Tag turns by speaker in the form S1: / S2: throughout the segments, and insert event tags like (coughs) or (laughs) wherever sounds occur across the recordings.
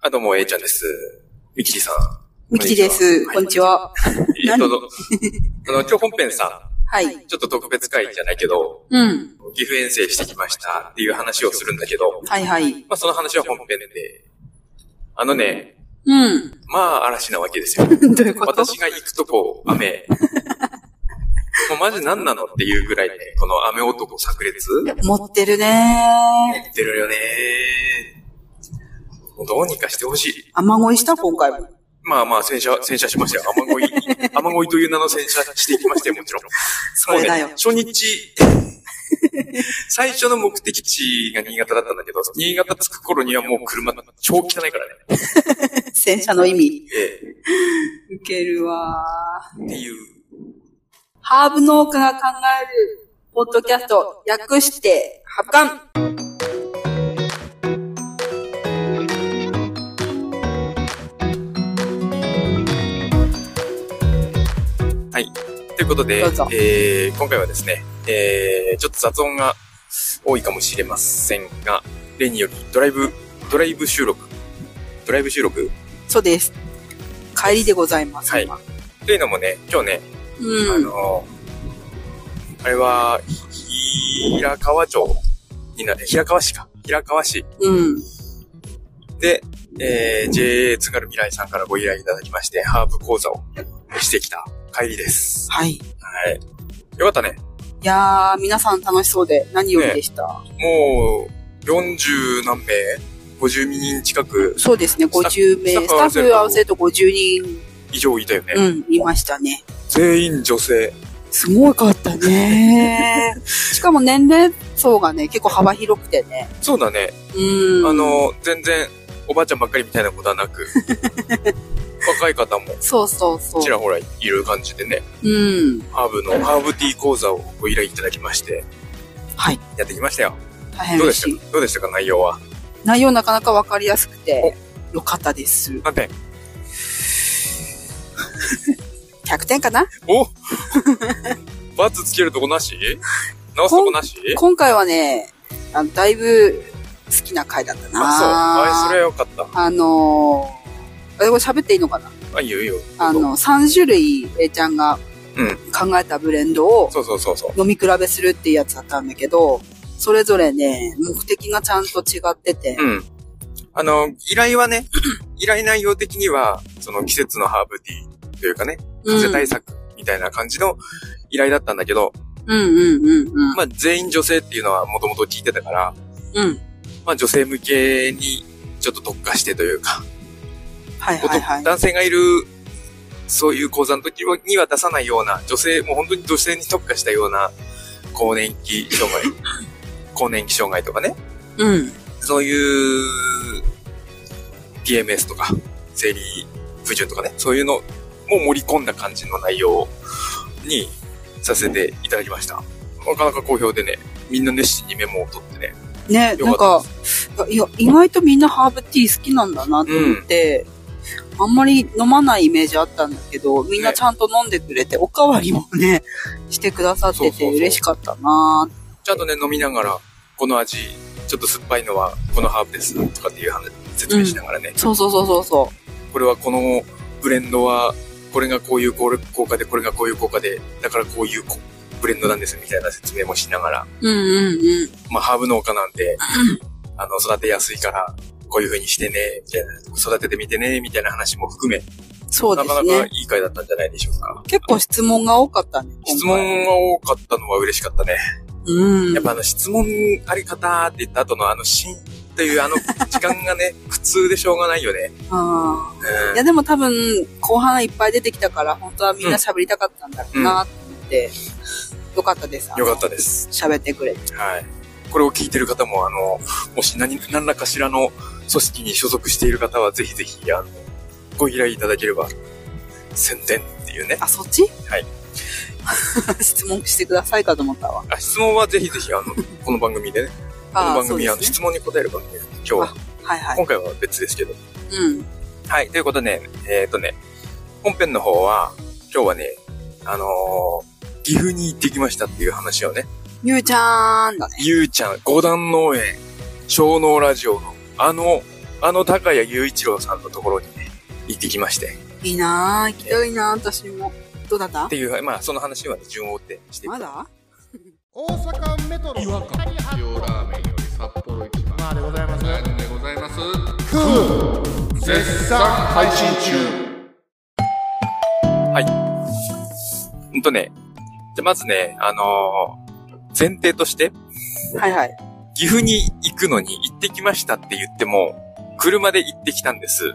S1: あ、どうも、えいちゃんです。みきりさん。
S2: みきちです。こんにちは。
S1: えっと、あの、今日本編さ
S2: はい
S1: ん、。ちょっと特別会じゃないけど、
S2: うん。
S1: 岐阜遠征してきましたっていう話をするんだけど、
S2: はいはい。
S1: まあ、その話は本編で、あのね、
S2: うん。
S1: まあ、嵐なわけですよ。
S2: どういうこと
S1: 私が行くとこ、雨。もうマジ何なのっていうぐらいね、この雨男炸裂
S2: 持ってるね
S1: 出るよねもうどうにかしてほしい。
S2: 雨乞いした今回も。
S1: まあまあ、洗車、洗車しましたよ。雨乞い、雨乞いという名の洗車していきましたよ、もちろん。
S2: それだよ
S1: もうね、初日、最初の目的地が新潟だったんだけど、新潟着く頃にはもう車、超汚いからね。
S2: 洗車の意味。
S1: ええ
S2: 受けるわ
S1: っていう。
S2: ハーブ農家が考える、ポッドキャスト、略して、ハブカン。
S1: ということで
S2: どうぞ、
S1: えー今回はですね、えーちょっと雑音が多いかもしれませんが、例によりドライブ、ドライブ収録、ドライブ収録
S2: そうです。帰りでございます。
S1: はい
S2: 今
S1: というのもね、今日ね、あ
S2: うん。
S1: の、あれは、ひ平川町になる、平川市か。平川市
S2: うん。
S1: で、えー、JA 津軽未来さんからご依頼いただきまして、ハーブ講座をしてきた帰りです。
S2: はい。い
S1: はい。よかったね。
S2: やー、皆さん楽しそうで何よりでした。
S1: もう、40何名 ?50 人近く
S2: そうですね、50
S1: ス
S2: 名。ス
S1: タ
S2: タ
S1: ッフ
S2: ッフ
S1: 合
S2: 合
S1: わ
S2: わ
S1: せ
S2: せると50人、
S1: 以上いたよね。
S2: うん、いましたね。
S1: 全員女性。
S2: すごかった
S1: (laughs)
S2: ね。しかも年齢層がね、結構幅広くてね。
S1: そうだね。
S2: うん。
S1: あ、の、全然、おばあちゃんばっかりみたいなことはな
S2: (laughs)
S1: く、若い方も
S2: そうそうそ
S1: ち
S2: う。
S1: らほらいる感じでね。
S2: うん。
S1: ハーブの、ハーブティー講座をご依頼いただきまして、
S2: はい。
S1: やってきましたよ。
S2: 大変
S1: どうで
S2: 嬉
S1: し
S2: しい。
S1: たかどうでしたか内容は。
S2: 内容なかなかわかりやすくて、よかったです。
S1: 何点
S2: 100点かな (laughs)
S1: おバツつけるとこなし直すとこなし
S2: 今回はね、あのだいぶ好きな回だったな。
S1: あ、そう。あ、それはよかっ
S2: あのー、あれこれ喋っていいのかな
S1: た。あ、いいよいいよ。
S2: あの、3種類、A ちゃんが
S1: うん
S2: 考えたブレンドを
S1: そうそうそうそう。
S2: 飲み比べするっていうやつだったんだけど、それぞれね、目的がちゃんと違ってて、
S1: うん。あの、依頼はね、依頼内容的には、その季節のハーブティーというかね、
S2: うん
S1: 風邪対策みたいな感じの依頼だったんだけど、
S2: うんうんうんうん。
S1: まあ全員女性っていうのはもともと聞いてたから、
S2: うん。
S1: まあ女性向けにちょっと特化してというか、
S2: はい
S1: こと
S2: はいはい。
S1: 男性がいる、そういう講座の時には出さないような、女性、もう本当に女性に特化したような、更年期障
S2: (laughs)
S1: 害、更年期障害とかね、
S2: うん。
S1: そういう、PMS とか、生理不順とかね、そういうのも盛り込んだ感じの内容にさせていただきました。なかなか好評でね、みんな熱心にメモを取ってね。
S2: ね、
S1: よ
S2: なん
S1: か
S2: か、いや、意外とみんなハーブティー好きなんだなと思って、あんまり飲まないイメージあったんだけど、みんなちゃんと飲んでくれて、おかわりもね、してくださって
S1: そうそう
S2: て
S1: そう
S2: 嬉しかったな
S1: ちゃんとね、飲みながら、この味、ちょっと酸っぱいのはこのハーブですとかっていう話、説明しながらね、
S2: そうそうそうそうそ
S1: これはこのブレンドは、これがこういう効果で、これがこういう効果で、だからこういうこブレンドなんですみたいな説明もしながら、
S2: う。うんうんうん。
S1: まあハーブ農家なんで、あの、育てやすいから、こういう風にしてね、みたいな、育ててみてね、みたいな話も含め、
S2: そう
S1: な
S2: で
S1: か
S2: す
S1: なかい
S2: ね。
S1: い回だったんじゃないでしょうか。
S2: 結構質問が多かったね。今回
S1: 質問が多かったのは嬉しかったね。
S2: うん。
S1: やっぱあの質問あり方って言った後のあのシーンっていう
S2: (laughs)
S1: あの時間がね、苦痛でしょうがないよね。
S2: あー
S1: うん
S2: いやでも多分、後半いっぱい出てきたから、本当はみんな喋りたかったんだろうなって思って、よかったです。
S1: よかったです。
S2: た。喋ってくれて。
S1: はい。これを聞いてる方も、あの、もし何、何らかしらの組織に所属している方は、ぜひぜひ、あの、ご依頼いただければ、宣伝っていうね。
S2: あ、そっち
S1: はい。
S2: (laughs) 質問してくださいかと思ったわ。
S1: あ質問はぜひぜひ、あの、この番組でね。この
S2: (laughs) あー
S1: 番
S2: そう
S1: 組、
S2: で
S1: あの、
S2: すね。
S1: 質問に答える番組なんで今日は、
S2: はいはい。
S1: 今回は別ですけど。
S2: うん。
S1: はい。ということでね、えっ、とね、本編の方は、今日はね、あのー岐阜に行ってきましたっていう話をね、
S2: ゆうちゃーんだね。
S1: ゆうちゃん、五段農園、小農ラジオの、あの、あの高谷雄一郎さんのところにね、行ってきまして。
S2: いいなぁ、行きたいなぁ、私も。どうだった
S1: っていう、まあ、その話はね、順を追ってして。
S2: まだ
S3: 大阪メトロ
S4: 違和感塩ラーメンより札幌一番
S3: まあでございます
S4: でございます
S3: クー
S4: 絶賛配信中
S1: ほんとね、じゃあまずね、あのー前提として、
S2: はいはい。 (laughs)
S1: 岐阜に行くのに行ってきましたって言っても、車で行ってきたんです。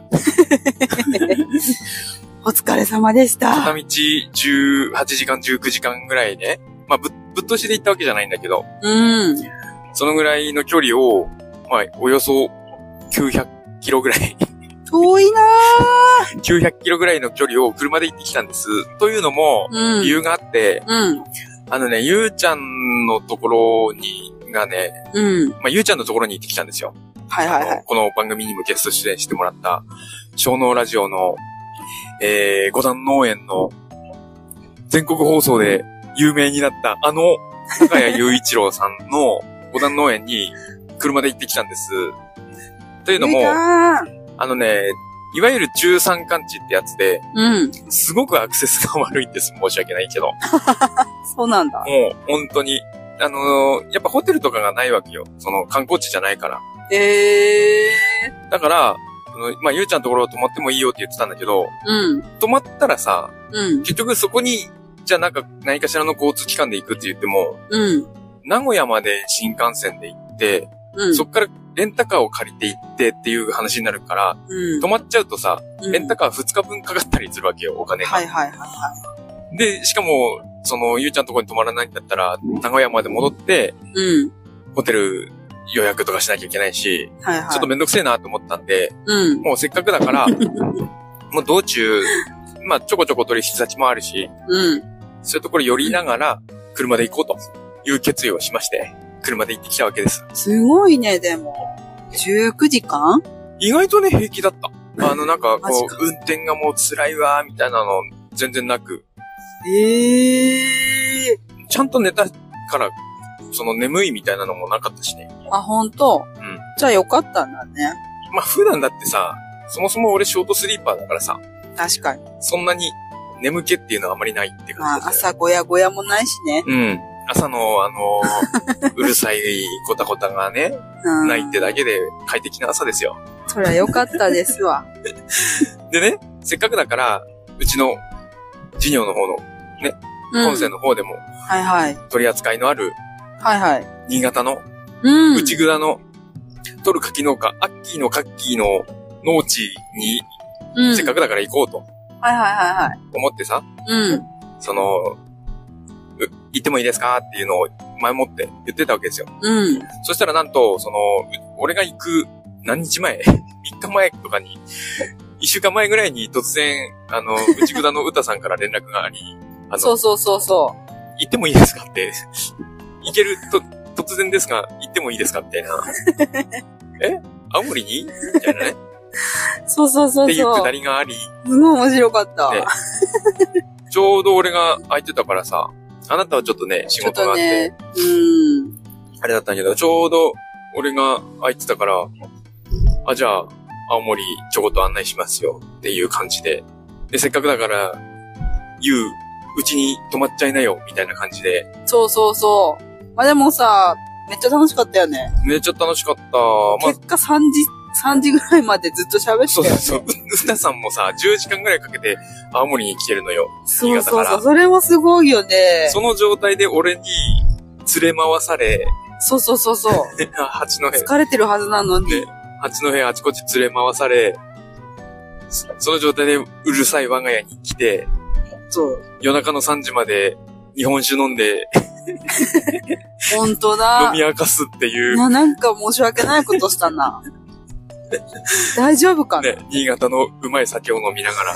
S2: お疲れ様でし
S1: 片
S2: た。
S1: 道18時間、19時間ぐらいね。まあ、ぶっ、ぶっ通しで行ったわけじゃないんだけど、
S2: うん。
S1: そのぐらいの距離を、まあ、およそ900キロぐらい、 (laughs)
S2: 遠いな
S1: 900キロぐらいの距離を車で行ってきたんです。というのも、
S2: ぁ。うん。
S1: 理由があって、
S2: うん。
S1: あのね、ゆうちゃんのところに、がね、
S2: うん。
S1: まあ、ゆうちゃんのところに行ってきたんですよ。
S2: はいはいは
S1: あの
S2: い。
S1: この番組にもゲスト出演してもらった、小脳ラジオの、えー、五段農園の、全国放送で有名になった、あの、高谷雄一郎さんの (laughs) 五段農園に車で行ってきたんです。というのも
S2: いい、なぁ
S1: あのね、いわゆる中山間地ってやつで、
S2: うん。
S1: すごくアクセスが悪いんです。申し訳ないけど。も
S2: そうなんだ。
S1: う、本当に。あのーやっぱホテルとかがないわけよ。その観光地じゃないから。
S2: えー。
S1: だから、あのまあ、ゆうちゃんのところ泊まってもいいよって言ってたんだけど、
S2: うん。
S1: 泊まったらさ、
S2: うん。
S1: 結局そこに、じゃあなんか、何かしらの交通機関で行くって言っても、
S2: うん。
S1: 名古屋まで新幹線で行って、
S2: うん。
S1: そっからレンタカーを借りて行ってっていう話になるから、
S2: うん。
S1: 泊まっちゃうとさ、
S2: うん
S1: レンタカー2日分かかったりするわけよ、お金が。
S2: はいはいは
S1: で、しかも、その、ゆうちゃんのところに泊まらないんだったら、名古屋まで戻って、
S2: い。うん。
S1: ホテル予約とかしなきゃいけないし、
S2: はいはい。
S1: ちょっとめんどくせえなと思ったんで、
S2: うん。
S1: もうせっかくだ
S2: (laughs)
S1: から、もう道中、まあちょこちょこ取引先もあるし、
S2: うん。
S1: そういうところ寄りながら、車で行こうという決意をしまして、車で行ってきたわけです。
S2: すごいね、でも。19時間
S1: 意外とね、平気だった。あの、なんか、
S2: マジ
S1: こ
S2: か
S1: う、運転がもう辛いわ、みたいなの、全然なく、
S2: ええ
S1: ちゃんと寝たから、その眠いみたいなのもなかったしね。
S2: ー。あ、ほんと。
S1: うん
S2: じゃあよかったんだね。
S1: まあ普段だってさ、そもそも俺ショートスリーパーだからさ、
S2: 確かに。
S1: そんなに眠気っていうのはあまりないって
S2: ま
S1: 感じ
S2: あ、
S1: だったよね
S2: 朝ごやごやもないしね。
S1: うん。朝の、あの
S2: (laughs)
S1: ーうるさいコタコタがね、
S2: うん。
S1: ないってだけで快適な朝ですよ。
S2: そりゃよかったですわ。
S1: でね、せっかくだから、うちの事業の方の、
S2: うん。
S1: 本線の方でも
S2: はいはい。
S1: 取り扱いのある
S2: はいはい。
S1: 新潟の
S2: うん。
S1: 内蔵の、取る柿農家、アッキーのカッキーの農地に、
S2: うん。
S1: せっかくだから行こうと
S2: はいはいはいはい。
S1: 思ってさ、
S2: うん。
S1: その、う行ってもいいですかっていうのを前もって言ってたわけですよ。
S2: うん。
S1: そしたらなんと、その、う俺が行く何日前 (laughs) ?3 日前とかに、1週間前ぐらいに突然、あの、内札の歌さんから連絡があり、あ
S2: そ
S1: の
S2: う、そうそうそ
S1: 行ってもいいですかって、行けると、突然ですが、行ってもいいですかみたい
S2: (laughs)
S1: な。え青森にみたいなね。
S2: う。そうそう
S1: っ
S2: (laughs) そ
S1: て
S2: う
S1: いうく
S2: そ
S1: だ
S2: う。
S1: りがあり、
S2: すごい面白かった。
S1: ねちょうど俺が空いてたからさ、あなたはちょっとね、仕
S2: ちょっ
S1: 事があ
S2: と
S1: って、
S2: ね、うん。
S1: あれだったんだけど、ちょうど俺が空いてたから、あ、じゃあ、青森ちょこっと案内しますよっていう感じで。で、せっかくだから、ゆう、うちに泊まっちゃいなよみたいな感じで。
S2: そうそうそう。まあでもさ、めっちゃ楽しかったよね。
S1: めっちゃ楽しかった。ま
S2: 結果3時、三時ぐらいまでずっと喋
S1: あ、
S2: って
S1: そう
S2: たよ。
S1: そう。うたさんもさ、10時間ぐらいかけて青森に来てるのよ。
S2: そ
S1: 新
S2: う
S1: 潟か
S2: そう
S1: ら
S2: そう。それもすごいよね。
S1: その状態で俺に連れ回され、 (laughs)
S2: そうそうそうそう。
S1: 八戸、
S2: 疲れてるはずなのに。
S1: ね八戸あちこち連れ回され、そその状態でうるさい我が家に来て、
S2: そう。
S1: 夜中の3時まで日本酒飲んで
S2: ほんと
S1: 飲
S2: だ
S1: み。明かすっていう、
S2: な、なんか申し訳ないことし
S1: (laughs)
S2: たな。大丈夫かな、
S1: ね、新潟のうまい酒を飲みな
S2: (laughs)
S1: がら、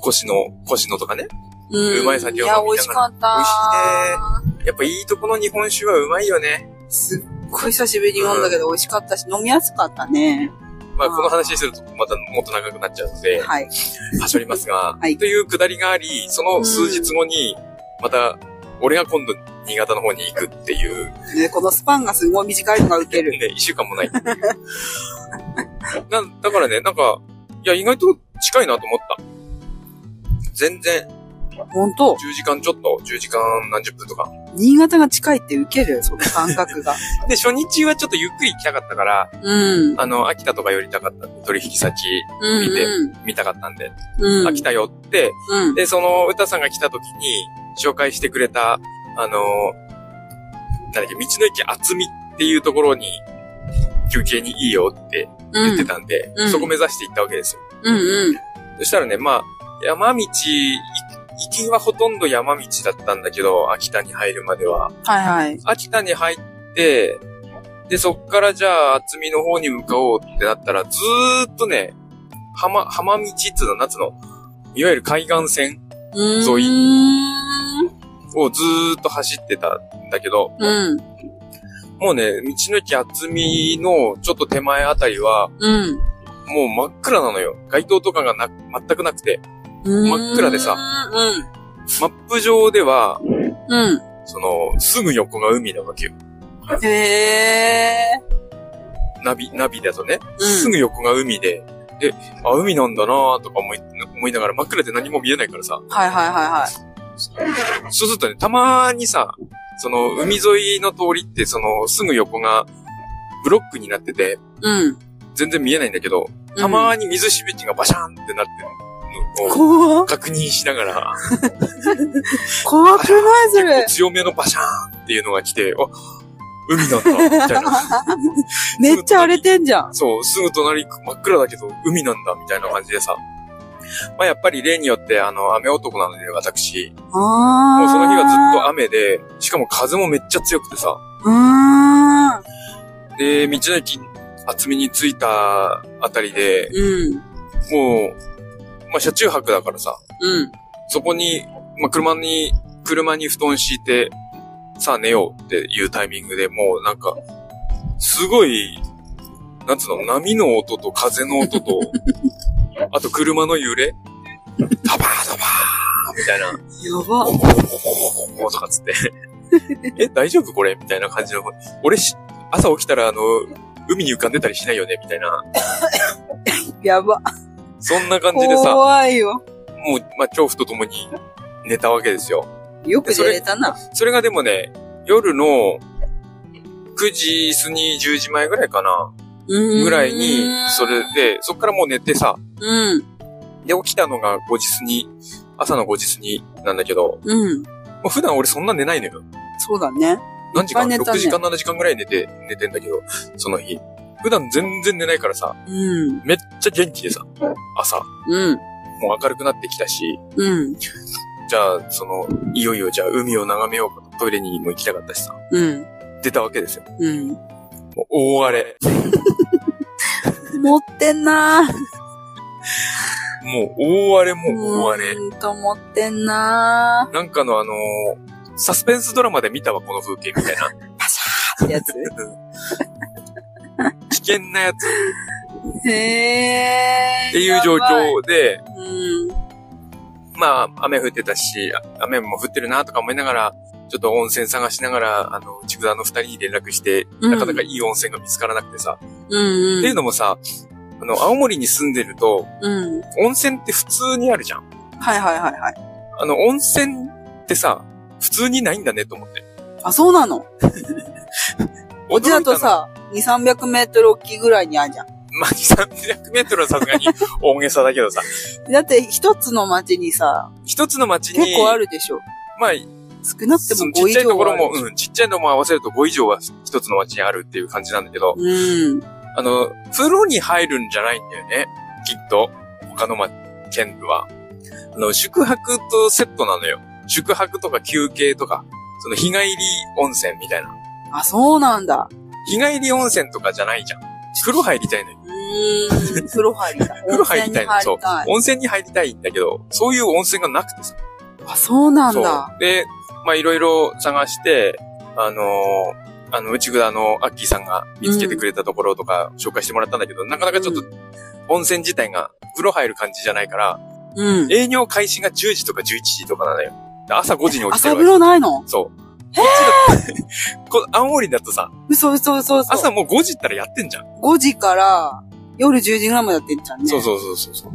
S1: 腰の、腰のとかね。
S2: うん。
S1: うまい酒を飲みなが
S2: いや
S1: ら、
S2: 美味しかった。
S1: やっぱいいとこの日本酒はうまいよね。
S2: すっごい久しぶりに飲んだけど美味しかったし、飲みやすかったね。
S1: まあ
S2: あー
S1: この話するとまたもっと長くなっちゃうので、
S2: (laughs) はい。
S1: はしょりますが、
S2: はい
S1: というくだりがあり、その数日後に、また、俺が今度新潟の方に行くっていう、
S2: ね、このスパンがすごい短いのが受ける。
S1: ね、一週間も
S2: (laughs)
S1: ないっていう。な、だからね、なんか、いや、意外と近いなと思った。全然、
S2: 本当
S1: 10時間ちょっと、10時間何十分とか。
S2: 新潟が近いって受ける、その感覚が。
S1: で、初日はちょっとゆっくり行きたかったから、
S2: (laughs) うん。
S1: あの、秋田とか寄りたかったんで、取引先
S2: うん。
S1: 見て
S2: うん
S1: 見たかったんで、
S2: うん。
S1: 秋田寄って、
S2: うん。
S1: で、その、歌さんが来た時に、紹介してくれた、あの、なんだっけ、道の駅厚みっていうところに、休憩にいいよって
S2: う
S1: 言って
S2: ん。
S1: たんで、
S2: うん
S1: そこ目指して行ったわけですよ。
S2: うん。うん。
S1: そしたらね、まあ、山道、い行きはほとんど山道だったんだけど、秋田に入るまでは。
S2: はいはい。
S1: 秋田に入って、で、そっからじゃあ、厚みの方に向かおうってなったら、ずーっとね、浜、浜道っつうの、夏の、いわゆる海岸線
S2: う
S1: 沿い
S2: ーん。
S1: をずーっと走ってたんだけど、
S2: うん。
S1: もうね、道の駅厚みのちょっと手前あたりは、
S2: うん。
S1: もう真っ暗なのよ。街灯とかがな、全くなくて、真っ暗でさ
S2: うん。
S1: マップ上では、
S2: うん。
S1: その、すぐ横が海なわけよ。
S2: へえ。
S1: ナビ、ナビだとね、
S2: うん
S1: すぐ横が海で、で、あ、海なんだなーとか思い、思いながら真っ暗で何も見えないからさ、
S2: はいはいはいはい。
S1: そうするとね、たまーにさ、その、海沿いの通りって、その、すぐ横が、ブロックになってて、
S2: うん。
S1: 全然見えないんだけど、たまーに水しぶきがバシャーンってなってるのを
S2: 怖っ
S1: 確認しながら、
S2: 怖くない
S1: (laughs)
S2: それ。
S1: 強めのバシャーンっていうのが来て、あ、海なんだ、みたいな。
S2: めっちゃ荒れてんじゃん。
S1: そう、すぐ隣真っ暗だけど、海なんだ、みたいな感じでさ。まあやっぱり例によって、あの、雨男なので、私。
S2: ああ。
S1: もうその日はずっと雨で、しかも風もめっちゃ強くてさ。
S2: うーん。
S1: で、道の駅厚みに着いたあたりで、
S2: うん。
S1: もう、まあ車中泊だからさ、
S2: うん。
S1: そこに、まあ車に、車に布団敷いて、さあ寝ようっていうタイミングでもうなんか、すごい、なんつうの、波の音と風の音と、あと車の揺れ、ダバーダバーみたいな、
S2: やば。
S1: ゴゴゴゴゴゴとかつって、 (laughs) え、大丈夫これみたいな感じの、俺し、朝起きたらあの、海に浮かんでたりしないよねみたいな、
S2: やば。
S1: そんな感じでさ、も
S2: 怖いよ。
S1: う、まあ恐怖とともに寝たわけですよ。
S2: よく出れたな。
S1: それがでもね、夜の9時過ぎ10時前ぐらいかな、
S2: うん。
S1: ぐらいに、それで、そっからもう寝てさ、
S2: うん。
S1: で、起きたのが5時過ぎ、朝の5時過ぎなんだけど、
S2: うん。
S1: まあ普段俺そんな寝ないのよ。
S2: そうだね。
S1: 何時間、
S2: いっぱい寝た
S1: ?6
S2: ね
S1: 時間、7時間ぐらい寝て、寝てんだけど、その日。普段全然寝ないからさ、
S2: うん。
S1: めっちゃ元気でさ、朝、
S2: うん。
S1: もう明るくなってきたし、
S2: うん。
S1: じゃあ、その、いよいよじゃあ海を眺めようかと、トイレにも行きたかったしさ、
S2: うん。
S1: 出たわけですよ。
S2: うん。
S1: もう大荒れ。
S2: 持ってんなー。
S1: もう大荒れも大荒れ。
S2: うーんと思ってんな
S1: なんかのあのーサスペンスドラマで見たわ、この風景みたい
S2: (laughs)
S1: な。
S2: ーってやつ。
S1: 危険なやつっ
S2: へー。
S1: ていう状
S2: やばい。
S1: 況で、
S2: うん。
S1: まあ、雨降ってたし、あ雨も降ってるなとか思いながら、ちょっと温泉探しながら、あの、ちくだの二人に連絡して、
S2: うん
S1: なかなかいい温泉が見つからなくてさ。
S2: うん。
S1: っていうのもさ、あの、青森に住んでると、
S2: うん。
S1: 温泉って普通にあるじゃん。
S2: はいはいはいはい。
S1: あの、温泉ってさ、普通にないんだねと思って。
S2: あ、そうなの
S1: こ
S2: うちだと、さ、2、300メートル大きいぐらいにあるじゃん。
S1: まあ、2、300メートルはさす
S2: (laughs)
S1: がに大げさだけどさ、
S2: だって一つの町にさ、
S1: 一つの町に、
S2: 結構あるでしょ。
S1: まあ、
S2: 少なくて
S1: そ
S2: も
S1: のちっ
S2: 5以
S1: ちゃいと
S2: 上
S1: こ
S2: は
S1: ろ
S2: ある
S1: も、うん、ちっちゃいのも合わせると5以上は一つの町にあるっていう感じなんだけど、
S2: うん。
S1: あの、風呂に入るんじゃないんだよね。きっと、他の、ま、県部は。あの、宿泊とセットなのよ。宿泊とか休憩とか、その日帰り温泉みたいな。
S2: あ、そうなんだ。
S1: 日帰り温泉とかじゃないじゃん。風呂入りたいのよ。
S2: うーん。風呂入りた
S1: (laughs)
S2: い。
S1: 風呂入りたいの。
S2: 温
S1: そう
S2: 泉に入。り
S1: 温泉に入りたいんだけど、そういう温泉がなくてさ。
S2: たい。あ、そうなん
S1: そ
S2: だ。
S1: う。で、まあ、いろいろ探して、あのーあの、内蔵のアッキーさんが見つけてくれたところとか紹介してもらったんだけど、なかなかちょっと温泉自体が風呂入る感じじゃないから、
S2: うん。
S1: 営業開始が10時とか11時とかなのよ。で朝5時に起きてる
S2: 朝
S1: わ
S2: 風
S1: け。
S2: 呂ないの
S1: そう。この (laughs) 青森だとさ、
S2: 嘘嘘嘘嘘。
S1: 朝もう5時ったらやってんじゃん。
S2: 5時から夜10時ぐらいまでやってんじゃんね。
S1: そうそうそうそうそう。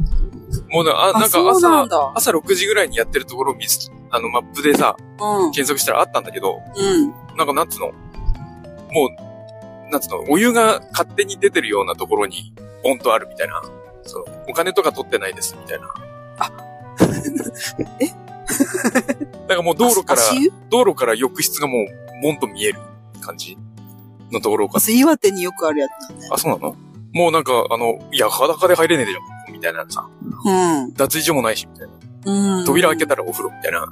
S1: もうな、あ、
S2: あ
S1: なんか
S2: そうなん
S1: 朝、
S2: だ。
S1: 朝6時ぐらいにやってるところを見つ、あの、マップでさ、
S2: うん。
S1: 検索したらあったんだけど、
S2: うん。
S1: なんかなんつうの、もう、なんつうの、お湯が勝手に出てるようなところに、ボンとあるみたいな。その、お金とか取ってないです、みたいな。
S2: あ
S1: (laughs)
S2: え
S1: なんかもう道路から、
S2: 足湯
S1: 道路から浴室がもう、ボンと見える感じのところか。
S2: それ岩手によくあるやつだね。
S1: あ、そうなのもうなんか、あの、いや、裸で入れねえじゃん、みたいなさ。脱衣所もないし、みたいな。
S2: うん。うん。
S1: 扉開け
S2: た
S1: たらお風呂、みたいな。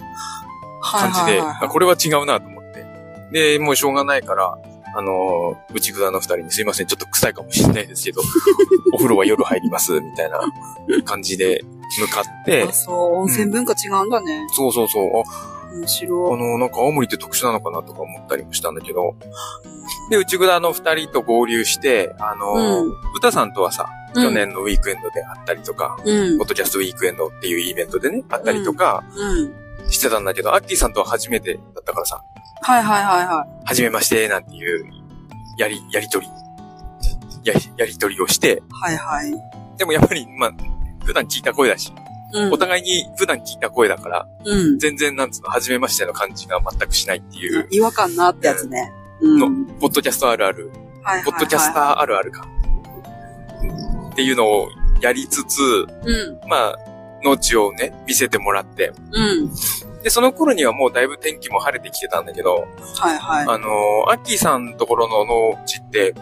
S1: 感じで、あこ
S2: れ。
S1: れは違うなと思って。で、もうしょうがないから、あのー、内蔵の二人にすいません、ちょっと臭いかもしれないですけど、 (laughs) お風呂は夜入ります、みたいな (laughs) 感じで向かって
S2: あ、、そう、温泉文化違うんだね。
S1: そうそうそう、あ
S2: 面
S1: あ
S2: 白い。
S1: のー、なんか青森って特殊なのかなとか思ったりもしたんだけど、で、内蔵の二人と合流して、あのー、
S2: うん
S1: 歌さんとはさ、去。年のウィークエンドであったりとか、
S2: うん。
S1: ポッドキャストウィークエンドっていうイベントでね、あったりとか
S2: うん。
S1: してたんだけど、アッキーさんとは初めてだったからさ、
S2: はいはいはいはい。
S1: はじめまして、なんていう、やり、やりとり、やり、やりとりをして、
S2: はいはい。
S1: でもやっぱり、まあ、普段聞いた声だし、
S2: うん。
S1: お互いに普段聞いた声だから、
S2: うん。
S1: 全然なんつうの、はじめましての感じが全くしないっていう、
S2: 違和感なってやつね。うん。
S1: の
S2: はい
S1: ポッドキャストあるある、
S2: はいはい。
S1: ポッドキャスターあるあるか、っていうのをやりつつ、
S2: うん。
S1: まあ、農地をね、見せてもらって、
S2: うん。
S1: で、その頃にはもうだいぶ天気も晴れてきてたんだけど、
S2: はいはい。
S1: あのー、アッキーさんのところの農地って、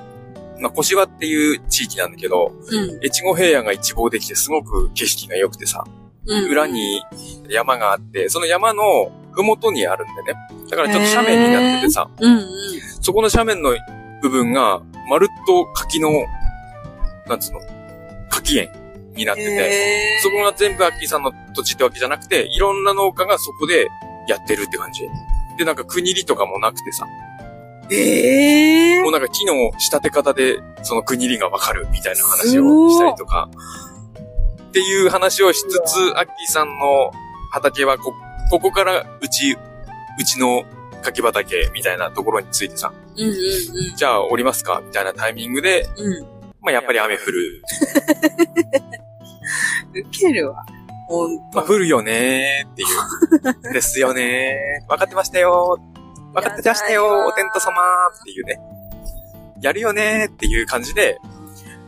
S1: まあ、小芝っていう地域なんだけど、
S2: うん。
S1: 越後平野が一望できてすごく景色が良くてさ、
S2: うん。
S1: 裏。に山があって、その山の麓にあるんだよね。だからちょっと斜面になっててさ、
S2: うんうん。
S1: そこの斜面の部分が、まるっと柿の、なんつうの、柿園になってて、
S2: へー
S1: そこが全部アッキーさんの土地ってわけじゃなくて、いろんな農家がそこでやってるって感じ。で、なんか区切りとかもなくてさ、
S2: ええ
S1: もうなんか木の仕立て方で、その区切りがわかるみたいな話をしたりとか、っていう話をしつつ、アッキーさんの畑はこ、ここからうち、うちの柿畑みたいなところについてさ、
S2: うんうん
S1: じゃあ降りますかみたいなタイミングで、
S2: うん。うん。
S1: まあやっぱり雨降る。
S2: ウケるわ。ほん
S1: まあ降るよねーって (laughs) いう。ですよねー。わかってましたよー。わかってましたよー。お天道様ーっていうね。やるよねーっていう感じで、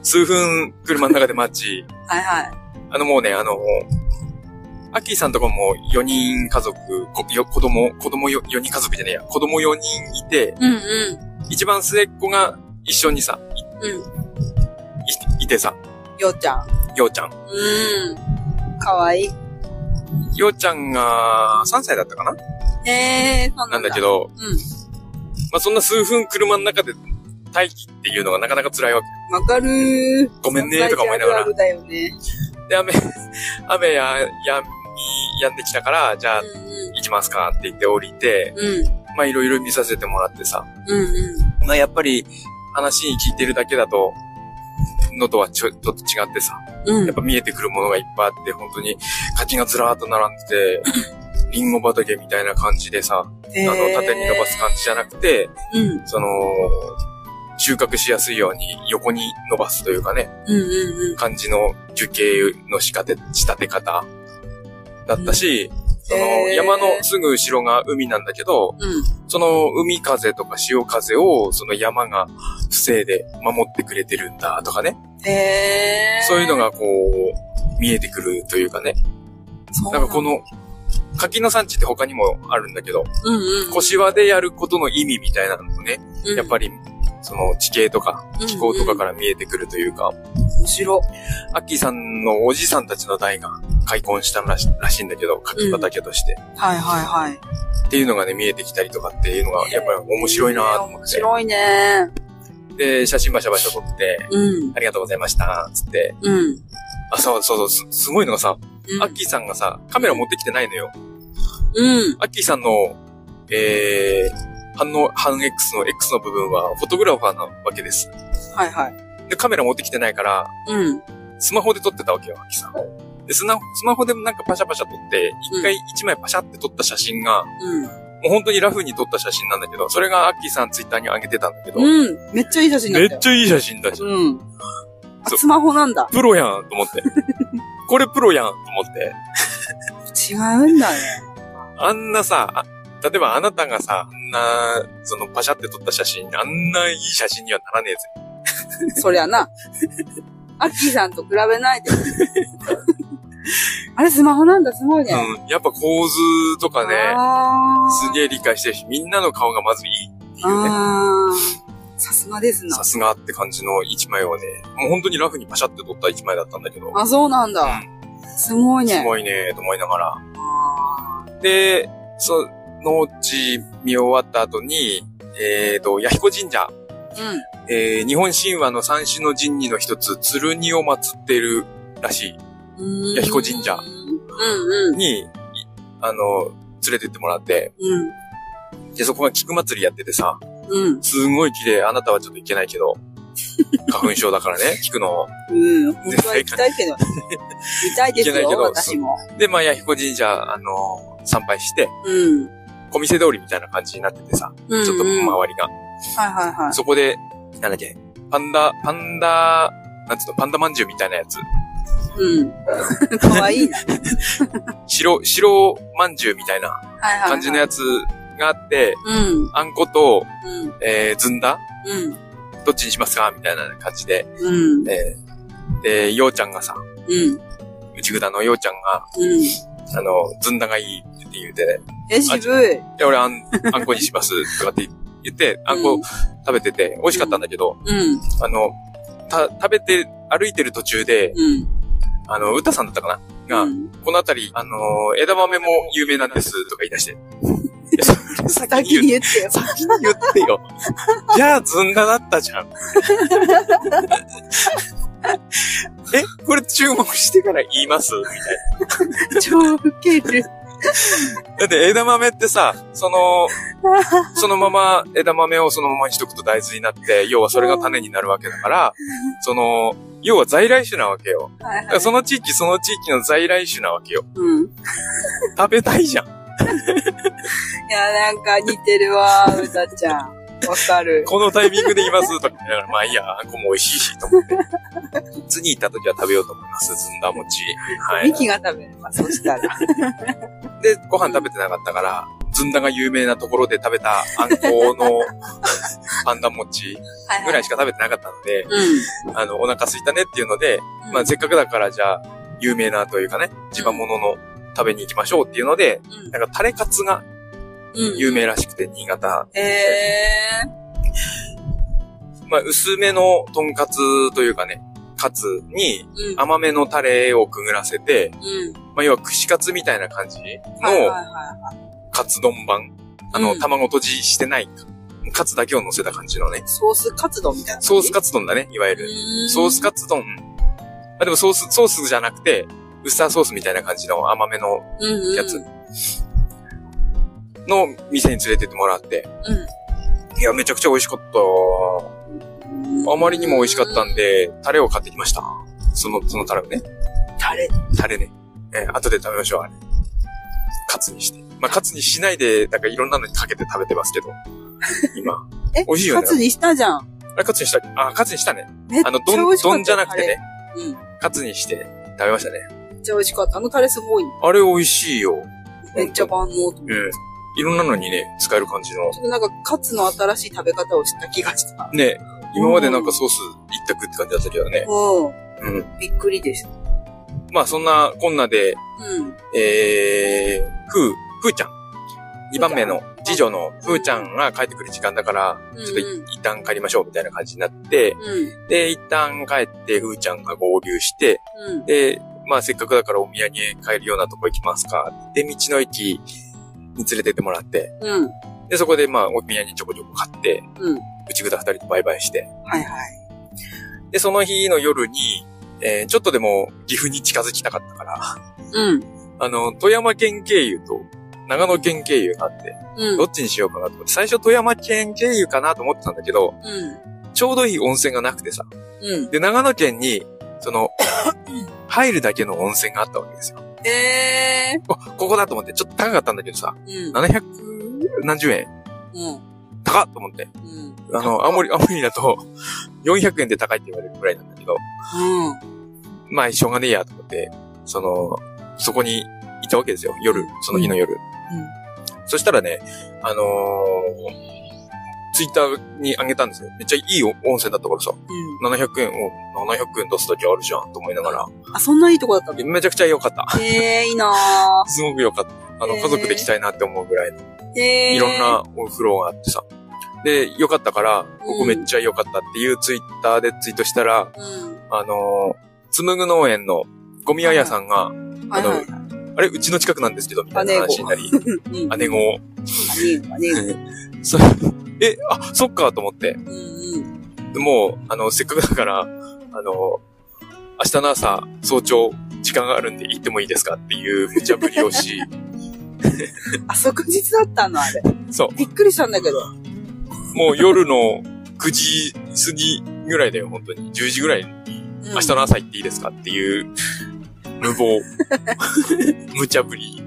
S1: 数分車の中で待ち、
S2: はいは
S1: あのもうね、あの、アッキーさんとかも4人家族、こよ子供、子供よ4人家族じゃねえや、子供4人いて、
S2: い。うんうん。
S1: 一番末っ子が一緒にさ、
S2: う
S1: いいてさ、
S2: ん。ようちゃん。
S1: ようちゃん。
S2: うん。かわいい。
S1: ようちゃんが3歳だったかな
S2: ええー、そう
S1: な
S2: なんんだ。
S1: だけ。ど、
S2: うん。
S1: まあ、そんな数分車の中で待機っていうのがなかなか辛いわけ。
S2: わかるー。
S1: ごめんねーとか思いなが
S2: あるあ
S1: ら。
S2: るだよね。
S1: で、雨、 (laughs) 雨や、やみ、やんできたから、じゃあ、
S2: う
S1: 行きますかって言って降りて、
S2: んうん。
S1: まあ、いろいろ見させてもらってさ、
S2: うんうん。
S1: まあやっぱり話に聞いてるだけだと、のとはちょちょっと違ってさ、
S2: うん。
S1: やっぱ見えてくるものがいっぱいあって、本当に柿がずらーっと並んでて、リンゴ畑みたいな感じでさ、あ
S2: えー
S1: の、縦に伸ばす感じじゃなくて、
S2: うん。
S1: その、収穫しやすいように横に伸ばすというかね、
S2: うんうんうん。
S1: 感じの樹形の仕立て、仕立て方だったし、その
S2: えー
S1: 山のすぐ後ろが海なんだけど、
S2: うん。
S1: その海風とか潮風をその山が防いで守ってくれてるんだとかね。
S2: へえー。
S1: そういうのがこう見えてくるというかね。
S2: そう
S1: なんかこ、の柿の産地って他にもあるんだけど、
S2: うんうん。
S1: 小芝でやることの意味みたいなのもね、
S2: うん
S1: やっぱりその地形とか気候とかから見えてくるというか、
S2: 面白。
S1: アッキーさんのおじさんたちの代が開墾したらしらしいんだけど、柿畑として、
S2: はいはいはい。
S1: っていうのがね、見えてきたりとかっていうのがやっぱり面白いなと思
S2: 面
S1: って。
S2: 白いね
S1: で、写真バシャバシャ撮って、
S2: うん。
S1: ありがとうございました、つって。
S2: うん。うん
S1: あ、そうそうそう、すすごいのがさ、アッキーさんがさ、カメラ持ってきてないのよ。
S2: うん。
S1: アッキーさんの、えー、反応、反 X の X の部分は、フォトグラファーなわけです。
S2: はいはい。
S1: で、カメラ持ってきてないから、
S2: うん。
S1: スマホで撮ってたわけよ、アッキーさん。で、スマスマホでなんかパシャパシャ撮って、一回一枚パシャって撮った写真が、
S2: うん。
S1: もう本当にラフに撮った写真なんだけど、それがアッキーさんツイッターに上げてたんだけど、
S2: うん。めっちゃいい写真だ
S1: め
S2: った
S1: っ
S2: よ。
S1: ちゃいい写真だし、
S2: うん。あ、
S1: そう
S2: スマホなんだ。
S1: プロやんと思
S2: (laughs)
S1: って。これプロやんと思って。
S2: 違うんだ
S1: (laughs)
S2: ね。
S1: あんなさ、あ例えばあなたがさ、あんな、そのパシャって撮った写真、あんないい写真にはならねえぜ。
S2: そりゃな。アッキーさんと比べない
S1: (laughs)
S2: で。あれ、スマホなんだ。すごいね。
S1: うん、やっぱ構図とかね、
S2: あー
S1: すげえ理解してるし、みんなの顔がまずいいっていうね。
S2: あーさすがですな
S1: さ。すがって感じの一枚をね、もう本当にラフにパシャって撮った一枚だったんだけど、
S2: あ、そうなんだ。すごいね。
S1: すごいねと思いながら。
S2: あ
S1: で、そのうち見終わった後に、えっ、と、弥彦神社、
S2: ーうん。
S1: えー日本神話の三種の神器の一つ、鶴荷を祀っているらし
S2: うん
S1: 弥彦神社
S2: うんう
S1: い、
S2: ん。
S1: に、いあの、連れてってもらって、
S2: うん。
S1: で、そこが菊祭りやっててさ、
S2: うん。
S1: すごい綺麗、あなたはちょっと行けないけ
S2: (laughs)
S1: ど、花粉症だからね、菊の。
S2: うん。本当は行きたいけど。見たいです
S1: (laughs) 行けないけ
S2: よ、
S1: ど
S2: 私も。
S1: で、まあ、弥彦神社、あの、参拝して、
S2: うん。
S1: 小店通りみたいな感じになっててさ、
S2: うんうん
S1: ちょっと周りが。
S2: はいはいはい。
S1: そこで、なんだっけ、パンダ、パンダ、なんつうの、パンダまんじゅうみたいなやつ。
S2: うん。 (laughs) かわいいな。
S1: 白、白まんじゅうみたいな
S2: はいはい、はい。
S1: 感じのやつがあって、
S2: うん。
S1: あんこと、
S2: うん。
S1: えー、ずんだ
S2: うん。
S1: どっちにしますかみたいな感じで、
S2: うん。
S1: えー、で、ようちゃんがさ、
S2: うん。
S1: 内ぐだのようちゃんが、
S2: うん。
S1: あの、ずんだがいいって言うて、ね、
S2: え、渋い。
S1: で、俺あん、あんこにしますとかって言って、あんこ食べてて、美味しかったんだけど、
S2: うん。
S1: あの、た、食べて、歩いてる途中で、
S2: うん。
S1: あの、うたさんだったかなが、
S2: うん。
S1: この辺り、あのー枝豆も有名なんですとか言い出して。いやそれ先
S2: 先
S1: に
S2: に
S1: 言っ
S2: 言っ
S1: (laughs)
S2: てよ。
S1: 先に言って
S2: (laughs)
S1: よ。じゃあ、ずんだだったじゃん。え、これ注目してから言いますみたい
S2: 超ウケる。
S1: な。だって枝豆ってさ、その、そのまま枝豆をそのままにしとくと大豆になって、要はそれが種になるわけだから、その、要は在来種なわけよ。
S2: はい
S1: だか
S2: はい
S1: ら。その地域その地域の在来種なわけよ。
S2: うん。
S1: 食べたいじゃん。
S2: いや、なんか似てるわ、うたちゃん。わかる。
S1: このタイミングで言いますとか言いながら、まあいいや、あんこも美味しいし、と思って。次行った時は食べようと思います、ずんだ餅。は
S2: ミ
S1: い。
S2: キが食べれば、そしたら。
S1: で、ご飯食べてなかったから、ずんだが有名なところで食べたあんこの (laughs) パンダ餅
S2: は
S1: ぐらい
S2: し
S1: しか食べてなかったので、
S2: う
S1: あの、お腹空いたねっていうので、
S2: ん。
S1: まあせっかくだからじゃあ、有名なというかね、地場物の食べに行きましょうっていうので、
S2: うん
S1: なんかタレカツが
S2: うん
S1: 有名らしくて、新潟。
S2: え
S1: まあ薄めのとんかつというかね、カツに
S2: ー。うん。
S1: 甘めのタレをくぐらせて、
S2: うん。
S1: まあ、要は串カツみたいな感じ
S2: はいはい
S1: の
S2: は
S1: カツ丼版。あの、
S2: うん
S1: 卵とじしてない。カツだけを乗せた感じのね
S2: い。。ソースカツ丼みたいな。
S1: ソースカツ丼だね、いわゆる。
S2: ツ
S1: ソースカツ丼。あ、でもソース、ソースじゃなくて、ウスターソースみたいな感じの甘めの
S2: うん。
S1: やつ。の店に連れてってもらって。いや、めちゃくちゃ美味しかった。あまりにも美味しかったんで、タレを買ってきました。その、そのタレをね。
S2: タレ。
S1: タレね。えー後で食べましょう、あれ。カツにして。まあ、カツにしないで、なんかいろんなのにかけて食べて
S2: (laughs)
S1: ますけど。今。
S2: え、
S1: 美味しいよね
S2: カツにしたじゃん。
S1: あれ、カツにしたっけあ、カツにしたね。
S2: めっち
S1: あ
S2: ゃ
S1: の、
S2: 美
S1: 丼、
S2: 味しかった。
S1: 丼じゃなくてね。
S2: タレ。うん。
S1: カツにして食べましたね。
S2: めっちゃ美味しかった。あのタレすごい。
S1: あれ美味しいよ。
S2: めっちゃ万能。
S1: うん。いろんなのにね、使える感じの。
S2: なんか、カツの新しい食べ方を知った気がした。
S1: ね。今までなんかソース一択って感じだったけどね。
S2: う
S1: うん。
S2: ん。びっくりでした。
S1: まあ、そんな、こんなで、
S2: うん。
S1: えー、ふー、ふーちゃん。二番目の次女のふーちゃんが帰ってくる時間だから、
S2: うん
S1: ちょっとい一旦帰りましょうみたいな感じになって、
S2: うん。
S1: で、一旦帰ってふーちゃんが合流して、
S2: うん。
S1: で、まあせっかくだからお土産買えるようなとこ行きますか。で、道の駅に連れてってもらって、
S2: うん。
S1: で、そこでまあお土産ちょこちょこ買って、
S2: うん。
S1: うちぐだ二人とバイバイして、
S2: はいはい。
S1: で、その日の夜に、えーちょっとでも岐阜に近づきたかったから、
S2: うん。
S1: あの、富山県経由と長野県経由があって、
S2: うん。
S1: どっちにしようかなと思って、最初富山県経由かなと思ってたんだけど、
S2: うん。
S1: ちょうどいい温泉がなくてさ。
S2: うん。
S1: で、長野県に、そ
S2: (coughs)
S1: の、入るだけの温泉があったわけですよ。
S2: ええ
S1: あここだと思って、ちょっと高かったんだけどさ、
S2: ー。うん。
S1: 700何十円
S2: うん。
S1: 高っと思って。
S2: うん。
S1: あの、青森、青森だと、400円で高いって言われるくらいなんだけど、
S2: うん。
S1: まあ、しょうがねえやと思って、その、そこに行ったわけですよ。夜、その日の夜。そしたらね、あのーツイッターにあげたんですよ。めっちゃいい温泉だったからさ、
S2: う
S1: 700円を、700円出すだけあるじゃんと思いながら、
S2: ん。あ、そんないいとこだったの
S1: めちゃくちゃ良かった。 (laughs)
S2: ええいいな
S1: すごく良かった。あの、
S2: へー
S1: 家族で行きたいなって思うぐらいの、
S2: ぁ。ええ
S1: いろん。なお風呂があってさ。で、良かったから、ここめっちゃ良かったっていうツイッターでツイートしたら、
S2: うん。
S1: あのー、つむぐ農園のゴミ屋屋さんが、
S2: はいはい。
S1: あれ、うちの近くなんですけど、みたいな話になり、
S2: うん。
S1: 姉子
S2: (laughs)
S1: を。
S2: 姉子、姉子。
S1: そえ、あ、そっかと思って、
S2: うんうん。
S1: もう、あの、せっかくだから、あの、明日の朝、早朝、時間があるんで行ってもいいですかっていう無茶ぶりを
S2: (laughs)
S1: し、
S2: あ、即日だったのあれ。
S1: そう、
S2: びっくりしたんだけど。
S1: もう夜の9時過ぎぐらいだよ、本当に。10時ぐらいに、
S2: 明
S1: 明日の朝行っていいですかっていう、無
S2: (laughs)
S1: 謀、無茶ぶり。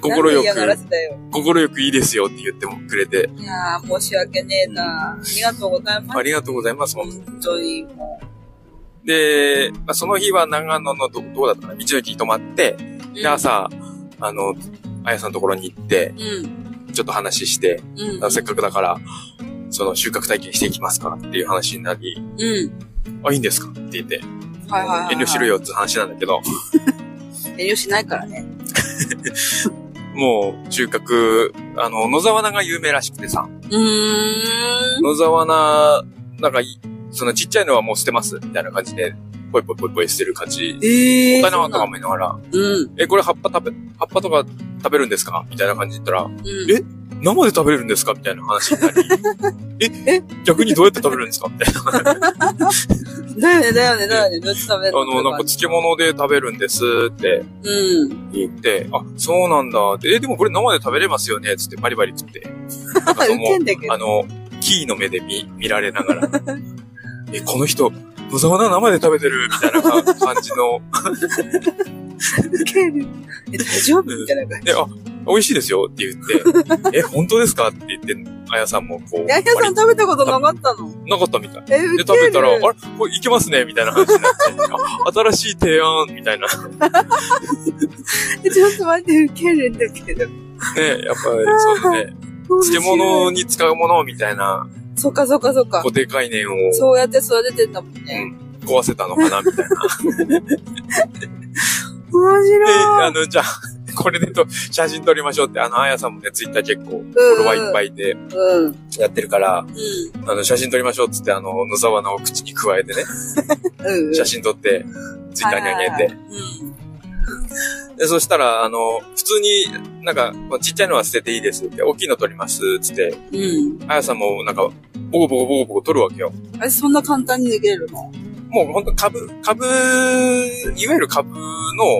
S1: 心よ
S2: 嫌がら
S1: く、
S2: せだよ。
S1: 心よくいいですよって言ってもくれて、
S2: いやー、申し訳ねえなありがとうございます。
S1: ありがとうございます、本当に
S2: 本当に、も
S1: で、まあ、その日は長野のど、どこだったかな道の駅に泊まって、
S2: う。
S1: で、朝、あの、あやさんのところに行って、
S2: うん。
S1: ちょっと話して、
S2: うん。
S1: あせっかくだから、その収穫体験していきますかっていう話になり、
S2: うん。
S1: あ、いいんですかって言って、
S2: はいはいはい。
S1: 遠慮しろ。よって話なんだけど、
S2: 遠慮しないからね。
S1: もう収穫、あの、野沢菜が有名らしくてさ、
S2: うーん。
S1: 野沢菜、なんかい、そのちっちゃいのはもう捨てます、みたいな感じで、ぽいぽいぽいぽい捨てる感じ。
S2: ええー。
S1: もったいなかったとか
S2: そうなの
S1: 思いながら、
S2: うん。
S1: え、これ葉っぱ食べ、葉っぱとか食べるんですかみたいな感じで言ったら、
S2: うん。
S1: え生で食べれるんですかみたいな話になり。
S2: (laughs)
S1: え、え逆にどうやって食べるんですかみたいな。
S2: だよね、だよね、だよね。どっち食べる
S1: あの、なんか漬物で食べるんですって (laughs)
S2: うん。
S1: 言って、あ、そうなんだって。え、でもこれ生で食べれますよねつってバリバリ食って。なんかそ
S2: (laughs)
S1: の
S2: ウケんだけど
S1: あの、キーの目で見、見られながら。 (laughs) え、この人、野沢菜生で食べてるみたいなか感じの。
S2: ウケる。え、大丈夫みたいな感じ。
S1: で、あ、美味しいですよって言
S2: (laughs)
S1: って、え、本当ですかって言って、あやさんもこう。
S2: ヤンヤさん食べたことなかったの
S1: なかったみたい。
S2: え、ウ
S1: で、
S2: ケる。
S1: 食べたら、あれこれいけますねみたいな話になって、あ新しい提案みたいな。ね、 (laughs)
S2: えちょっと待って、ウケるんだけど。
S1: やっぱり、そう
S2: (laughs)
S1: だね。漬物に使うものみたいな
S2: そっかそっかそっか
S1: 固。定概念を
S2: そうやって育ててんだもんね。
S1: 壊せたのかなみたい
S2: (laughs)
S1: な。
S2: 面白
S1: で、
S2: い
S1: あ。の、じゃあ、 (laughs) これでと、写真撮りましょうって、あの、あやさんもね、ツイッター結構、フォロワーいっぱいで
S2: うん。うん。
S1: やってるから、あの、写真撮りましょうっつって、あの、野沢菜を口に加えてね、
S2: うん。
S1: 写真撮って、ツイッターにあげて。
S2: う
S1: で、そしたら、あの、普通になんか、まあちっちゃいのは捨てていいですって、大きいの撮りますっつって、
S2: ん。うん。
S1: あやさんもなんか、ボコボコボコボコ取るわけよ。
S2: あれ、そんな簡単に抜けるの
S1: もうほんと株、株、いわゆる株の、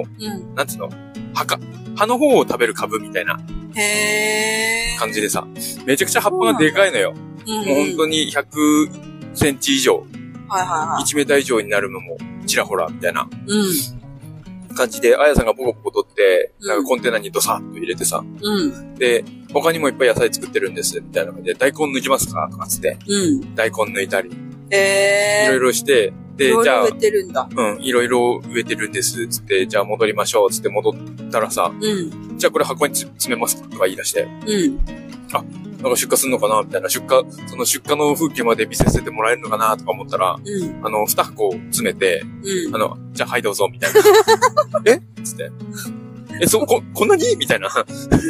S2: う。
S1: なんつうの、葉か、葉の方を食べる株みたいなん
S2: へー。
S1: 感じでさ、めちゃくちゃ葉っぱがでかいのよ。も
S2: うん。
S1: う本当に100センチ以上、
S2: はいは
S1: 1メーター以上になるのも、ちらほら、みたいない
S2: はい。
S1: 感じで、あやさんがボコボコ取って、
S2: うん
S1: なんかコンテナにドサッと入れてさ、
S2: うん。うん。
S1: で、他にもいっぱい野菜作ってるんです、みたいな感じで、大根抜きますかとかつって、
S2: うん。
S1: 大根抜いたり、
S2: へー。
S1: いろいろして、で、じゃあ
S2: 植、えてるんだ。
S1: うん、いろいろ植えてるんです、つって、じゃあ戻りましょう、つって戻ったらさ、
S2: うん。
S1: じゃあこれ箱につ詰めますかとか言い出して、
S2: うん。
S1: なんか出荷すんのかなみたいな、出荷、その出荷の風景まで見せせてもらえるのかなとか思ったら、
S2: うん。
S1: あの、二箱詰めて、
S2: うん
S1: あ。の、じゃあはいどうぞ、みたいな。えつって。え、そ、こ、こんなにみたいな。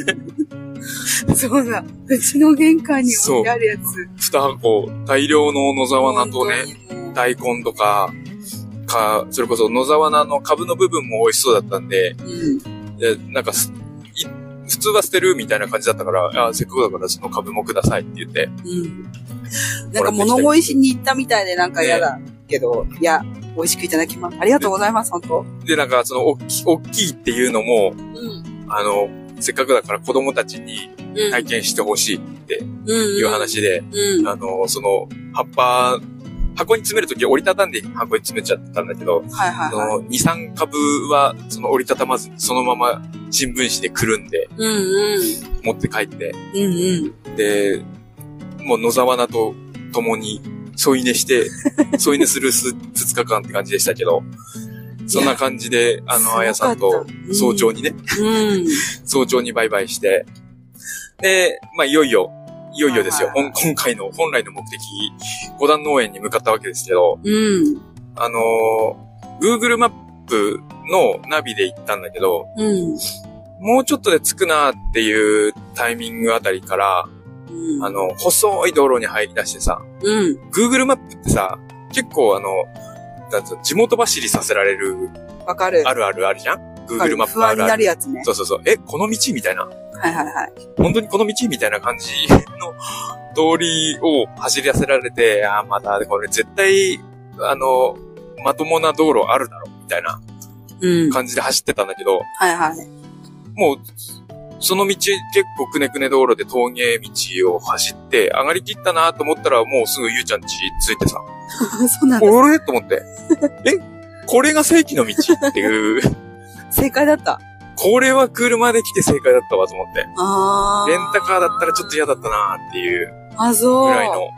S2: (laughs) そうだ。うちの玄関に置いてあるやつ。
S1: 二箱、大量の野沢菜とね、
S2: 本当にもう。
S1: 大根とか、か、それこそ野沢菜の株の部分も美味しそうだったんで、
S2: うん。
S1: で、なんかす、い普通は捨てるみたいな感じだったから、あせっかくだからその株もくださいって言って。
S2: うん。なんか物乞いしに行ったみたいでなんか嫌だけど、いや、美味しくいただきます。ありがとうございます、本当。
S1: で、なんかその、おっき、おっきいっていうのも、
S2: うん。
S1: あの、せっかくだから子供たちに
S2: うん。
S1: 体験してほしいって
S2: い
S1: いう。話で、
S2: うん。
S1: あの、その、葉っぱ、箱に詰めるとき折りたたんで箱に詰めちゃったんだけど、
S2: はいはい
S1: そ
S2: はい。
S1: の、2、3株は、その折りたたまず、そのまま新聞紙でくるんで、
S2: うんうん。
S1: 持って帰って、
S2: うんうん。
S1: で、もう野沢菜と共に添い寝
S2: (laughs)
S1: して、添い寝するす2日間って感じでしたけど、そんな感じで、あ
S2: すごかっ
S1: の、
S2: た
S1: あやさんと
S2: うん
S1: 早朝にね、
S2: うん。
S1: 早朝にバイバイして、で、まあ、いよいよ、いよいよですよ。
S2: はいはい
S1: ほん今回の本来の目的、五段農園に向かったわけですけど、
S2: うん。
S1: あのー Google マップのナビで行ったんだけど、
S2: うん。
S1: もうちょっとで着くなっていうタイミングあたりから、
S2: うん。
S1: あの、細い道路に入り出してさ、
S2: うん。
S1: Google マップってさ、結構あの、なんつうの地元走りさせられる
S2: わかる。
S1: あるあるあるじゃん
S2: わかる
S1: ?Google マップ
S2: 不
S1: あ
S2: 安
S1: る
S2: に
S1: あ
S2: なる
S1: る。
S2: やつね。
S1: そうそうそう。え、この道みたいな。
S2: はいはいはい。
S1: 本当にこの道みたいな感じの通りを走り出せられて、ああ、また、これ絶対、あの、まともな道路あるだろ、みたいな
S2: うん。はい
S1: 感じで走ってたんだけど、
S2: はい。
S1: もう、その道結構くねくね道路で峠道を走って、上がりきったなと思ったらもうすぐゆうちゃん家着いてさ、
S2: そうなんだ。
S1: おれと思って、えこれが正規の道っていう、
S2: (laughs) 正解だった。
S1: これは車で来て正解だったわと思って、
S2: あー。
S1: レンタカーだったらちょっと嫌だったなっていう
S2: あ、
S1: ぐ
S2: そう。
S1: らいの、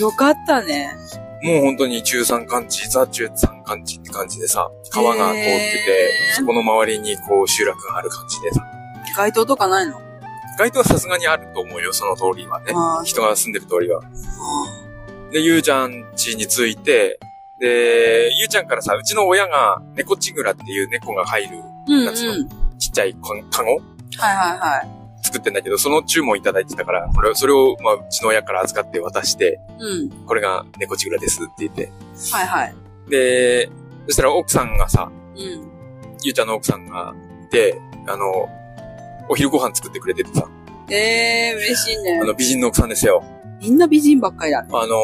S2: よかったね。
S1: もう本当に中山間地、ザ中山間地って感じでさ、川が通って
S2: へー
S1: て、そこの周りにこう集落がある感じでさ、
S2: 街灯とかないの
S1: 街灯はさすがにあると思うよ、その通りはね。
S2: あー
S1: 人が住んでる通りは。で、ゆうちゃん家に着いて、で、ゆうちゃんからさ、うちの親が猫チグラっていう猫が入る
S2: うんうん。は
S1: 夏の
S2: い
S1: ちっちゃいかカゴ
S2: はいはい。
S1: 作ってんだけど、その注文いただいてたから、これそれを、まあ、うちの親から預かって渡して、
S2: うん。
S1: これが猫チグラですって言って。
S2: はいはい。
S1: で、そしたら奥さんがさ、
S2: うん。
S1: ゆうちゃんの奥さんがいて、あの、お昼ご飯作ってくれててさ、
S2: えー、嬉しいね
S1: あ。の、美人の奥さんですよ。
S2: みんな美人ばっかりだね。
S1: あの、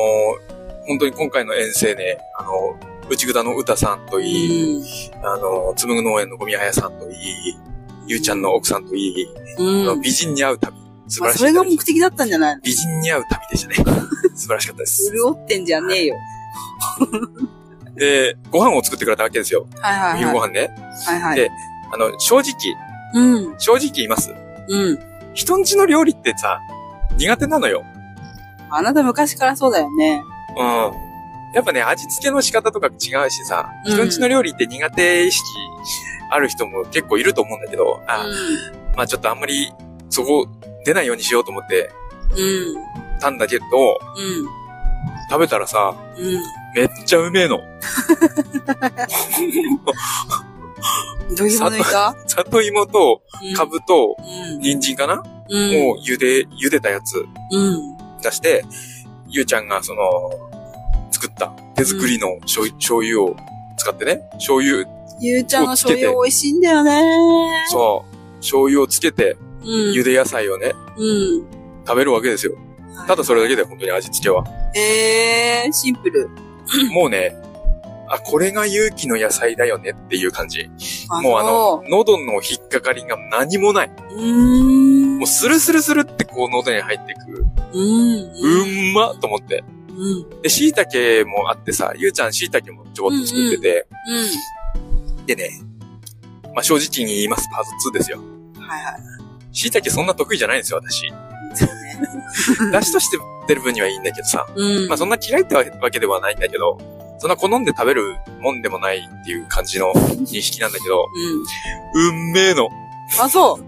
S1: 本当に今回の遠征ね、あの、内ぐだの歌さんといい、あの、つむぐ農園のゴミ屋さんといい、ゆうちゃんの奥さんといい、
S2: うん。
S1: あ
S2: う
S1: の
S2: ん。
S1: 美人に会う旅。素晴
S2: まあ
S1: らしい
S2: それ
S1: 旅、
S2: が目的だったんじゃないの
S1: 美人に会う旅でした
S2: (laughs)
S1: ね。素晴らしかったです。
S2: 潤ってんじゃねえよ。
S1: で、ご飯を作ってくれたわけですよ。
S2: はいはい
S1: 夕
S2: は
S1: ご
S2: い。
S1: 飯ね。
S2: はいはい。
S1: であの、正直、
S2: うん。
S1: 正直言います。
S2: うん。
S1: 人んちの料理ってさ、苦手なのよ。
S2: あなた昔からそうだよね。
S1: うん。やっぱね、味付けの仕方とか違うしさ、
S2: うん
S1: 人んちの料理って苦手意識ある人も結構いると思うんだけど、あまあちょっとあんまりそこ出ないようにしようと思って
S2: うん。うん。
S1: たんだけど、
S2: うん。
S1: 食べたらさ、めっちゃうめえの。
S2: うん。どういうものいた
S1: 里芋と、かぶと、
S2: うん。
S1: 人参かな、
S2: うん。
S1: もう茹で、茹でたやつ
S2: うん。
S1: 出して、ゆうちゃんがその、作った手作りの醤油,、醤油を使ってね、醤油、
S2: ゆうちゃんの
S1: をつけ
S2: 醤
S1: て
S2: 油美味しいんだよね。
S1: そう、醤油をつけて、
S2: うん。
S1: 茹で野菜をね、
S2: うん。
S1: 食べるわけですよ。ただそれだけで本当に味付けは。
S2: えー、シンプル。
S1: もうね、あ、これが勇気の野菜だよねっていう感じ。もうあ
S2: そ
S1: の、喉の引っかかりが何もない。
S2: う。うーん。
S1: もうスルスルスルってこう喉に入ってく。
S2: うん。
S1: う。んまと思って。
S2: うん。
S1: で、椎茸もあってさ、ゆうちゃん椎茸もちょこっと作ってて、でね、まあ、正直に言います、パート2ですよ。
S2: うん。はいはい。
S1: 椎茸そんな得意じゃないんですよ、私。
S2: そうね。
S1: 出汁として出る分にはいいんだけどさ、
S2: うん。
S1: まあ、そんな嫌いってわけではないんだけど、そんな好んで食べるもんでもないっていう感じの認識なんだけど、
S2: うん。
S1: うんめえの。
S2: あ、そう。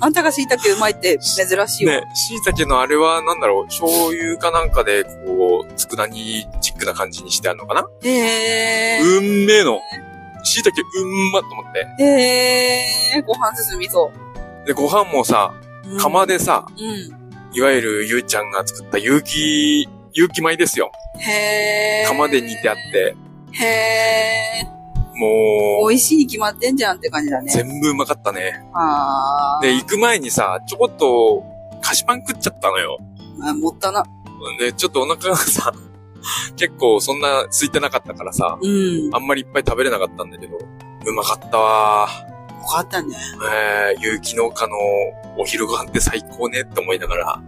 S2: あんたが椎茸うまいって珍しいわ。
S1: ね、椎茸のあれはなんだろう、醤油かなんかで、こう、佃煮チックな感じにしてあるのかな
S2: へー。
S1: うんめえの。椎茸うんまと思って。
S2: へー。ご飯進みそ
S1: で、ご飯もさ、
S2: う。うん
S1: 釜。でさ、
S2: うん。
S1: いわゆるゆうちゃんが作った有機、有機米ですよ。
S2: へー。
S1: 釜で煮てあって、
S2: へー。
S1: もう
S2: 美、味しいに決まってんじゃんって感じだね。
S1: 全部うまかったね。
S2: あー。
S1: で、行く前にさ、ちょこっと、菓子パン食っちゃったのよ。
S2: あ、もったな。
S1: で、ちょっとお腹がさ、 (laughs) 結構そんな空いてなかったからさ、
S2: うん。
S1: あんまりいっぱい食べれなかったんだけど、うまかったわ
S2: よかったね。
S1: えー、有機農家のお昼ご飯って最高ねって思いながら、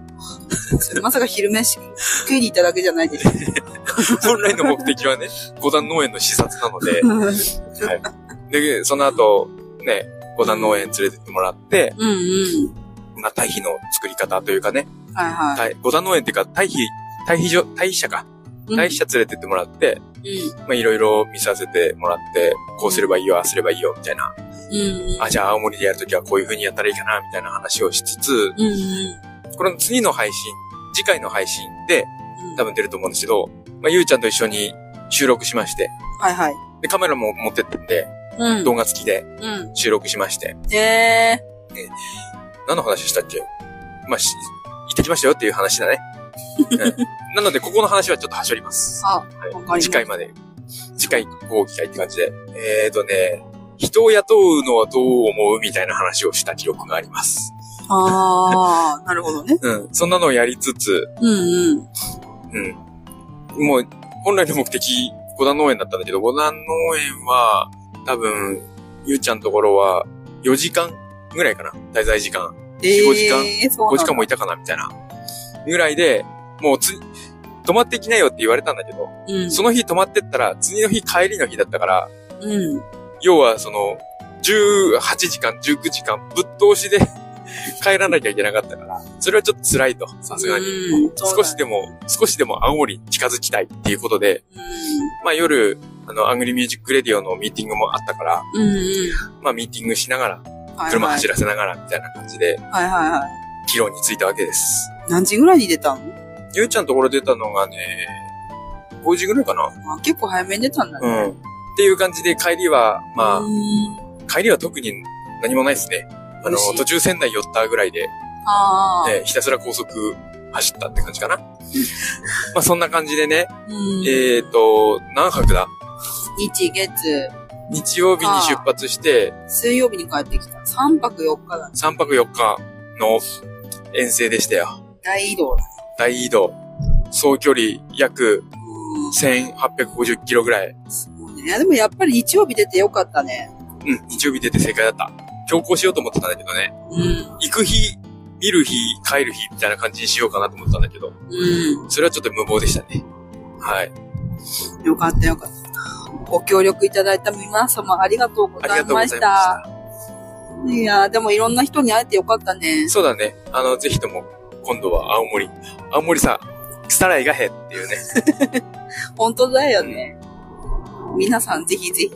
S1: (laughs)
S2: まさか昼飯食いに行っただけじゃないでしょ。
S1: (laughs) 本来の目的はね、五段農園の視察なので、
S2: (laughs) うんうん。
S1: で、その後、ね、五段農園連れてってもらって、な堆肥の作り方というかね、
S2: はいは
S1: はい、五段農園っていうか、堆肥、堆肥所、堆肥社か。
S2: い。
S1: 堆肥社連れてってもらって、まあいろいろ見させてもらって、こうすればいいよ、ああすればいいよ、みたいな。
S2: うん。うん。
S1: あ、じゃあ青森でやるときはこういう風にやったらいいかな、みたいな話をしつつ、
S2: うん。うん。
S1: これの次の配信、次回の配信で
S2: うん
S1: 多分出ると思うんですけど、まあゆうちゃんと一緒に収録しまして、
S2: はいはい。
S1: で、カメラも持ってったんで、
S2: うん。
S1: 動画付きで
S2: う
S1: 収録しまして、
S2: ん。え
S1: 何の話したっけまあ、し、行ってきましたよっていう話
S2: (laughs)
S1: だね。うんなので、ここの話はちょっと端折ります。
S2: ー。あ、
S1: はい
S2: わかりました
S1: 次回まで。次回、後期会って感じで。えーとね、人を雇うのはどう思うみたいな話をした記憶があります。
S2: あー、なるほ
S1: (laughs)
S2: どね。
S1: うん。そんなのをやりつつ、
S2: うんうん。
S1: うん。もう、本来の目的、五段農園だったんだけど、五段農園は、多分、ゆうちゃんのところは、4時間ぐらいかな滞在時間。
S2: え
S1: 5時間
S2: ー、そう
S1: 5時
S2: なんだ
S1: 間もいたかなみたいな。ぐらいで、もうつ、泊まってきなよって言われたんだけど、
S2: うん。
S1: その日泊まってったら、次の日帰りの日だったから、
S2: うん。
S1: 要はその、18時間、19時間、ぶっ通しで (laughs) 帰らなきゃいけなかったから、それはちょっと辛いと、さすがに。
S2: うんそうだね
S1: 少しでも、少しでも青森に近づきたいっていうことで、まあ夜、あの、アングリーミュージックレディオのミーティングもあったから、
S2: うん。うん
S1: まあミーティングしながら、
S2: うん。はい
S1: 車走
S2: る。
S1: らせながらみたいな感じで、
S2: はいはいはい。
S1: 議論についたわけです。
S2: 何時ぐらいに出たの
S1: ゆうちゃんのところ出たのがね、5時ぐらいかな。
S2: あ結構早めに出たんだ
S1: う
S2: ね。
S1: ん。っていう感じで帰りは、ま
S2: うん
S1: あ、帰りは特に何もないですね。あ
S2: 美
S1: の
S2: 味しい、
S1: 途中仙台寄ったぐらいで、
S2: あー。
S1: えーひたすら高速走ったって感じかな。まあそんな感じでね、
S2: うん。
S1: えっ、ー、と、何泊だ
S2: 日、月、
S1: 日曜日に出発して、
S2: 水曜日に帰ってきた。3泊4日だね。
S1: 3泊4日の遠征でしたよ。
S2: 大移動だ。
S1: 大移動。総距離約
S2: うん。
S1: 1850キロぐらい。
S2: すごいね。いやでもやっぱり日曜日出てよかったね。
S1: うん、日曜日出て正解だった。強行しようと思ってたんだけどね。
S2: うん。
S1: 行く日、見る日、帰る日みたいな感じにしようかなと思ったんだけど、
S2: う
S1: それはちょっと無謀でしたね。はい。
S2: ん。よかったよかった。ご協力いただいた皆様ありがとうご
S1: あり
S2: ざい
S1: がとうござ
S2: ま
S1: いま
S2: し。
S1: したた。
S2: いやーでもいろんな人に会えてよかったね。
S1: そうだね。あの、ぜひとも、今度は青森。青森さ、さらいがへって
S2: (laughs)
S1: いうね。
S2: 本当だよね。皆さんぜひぜひ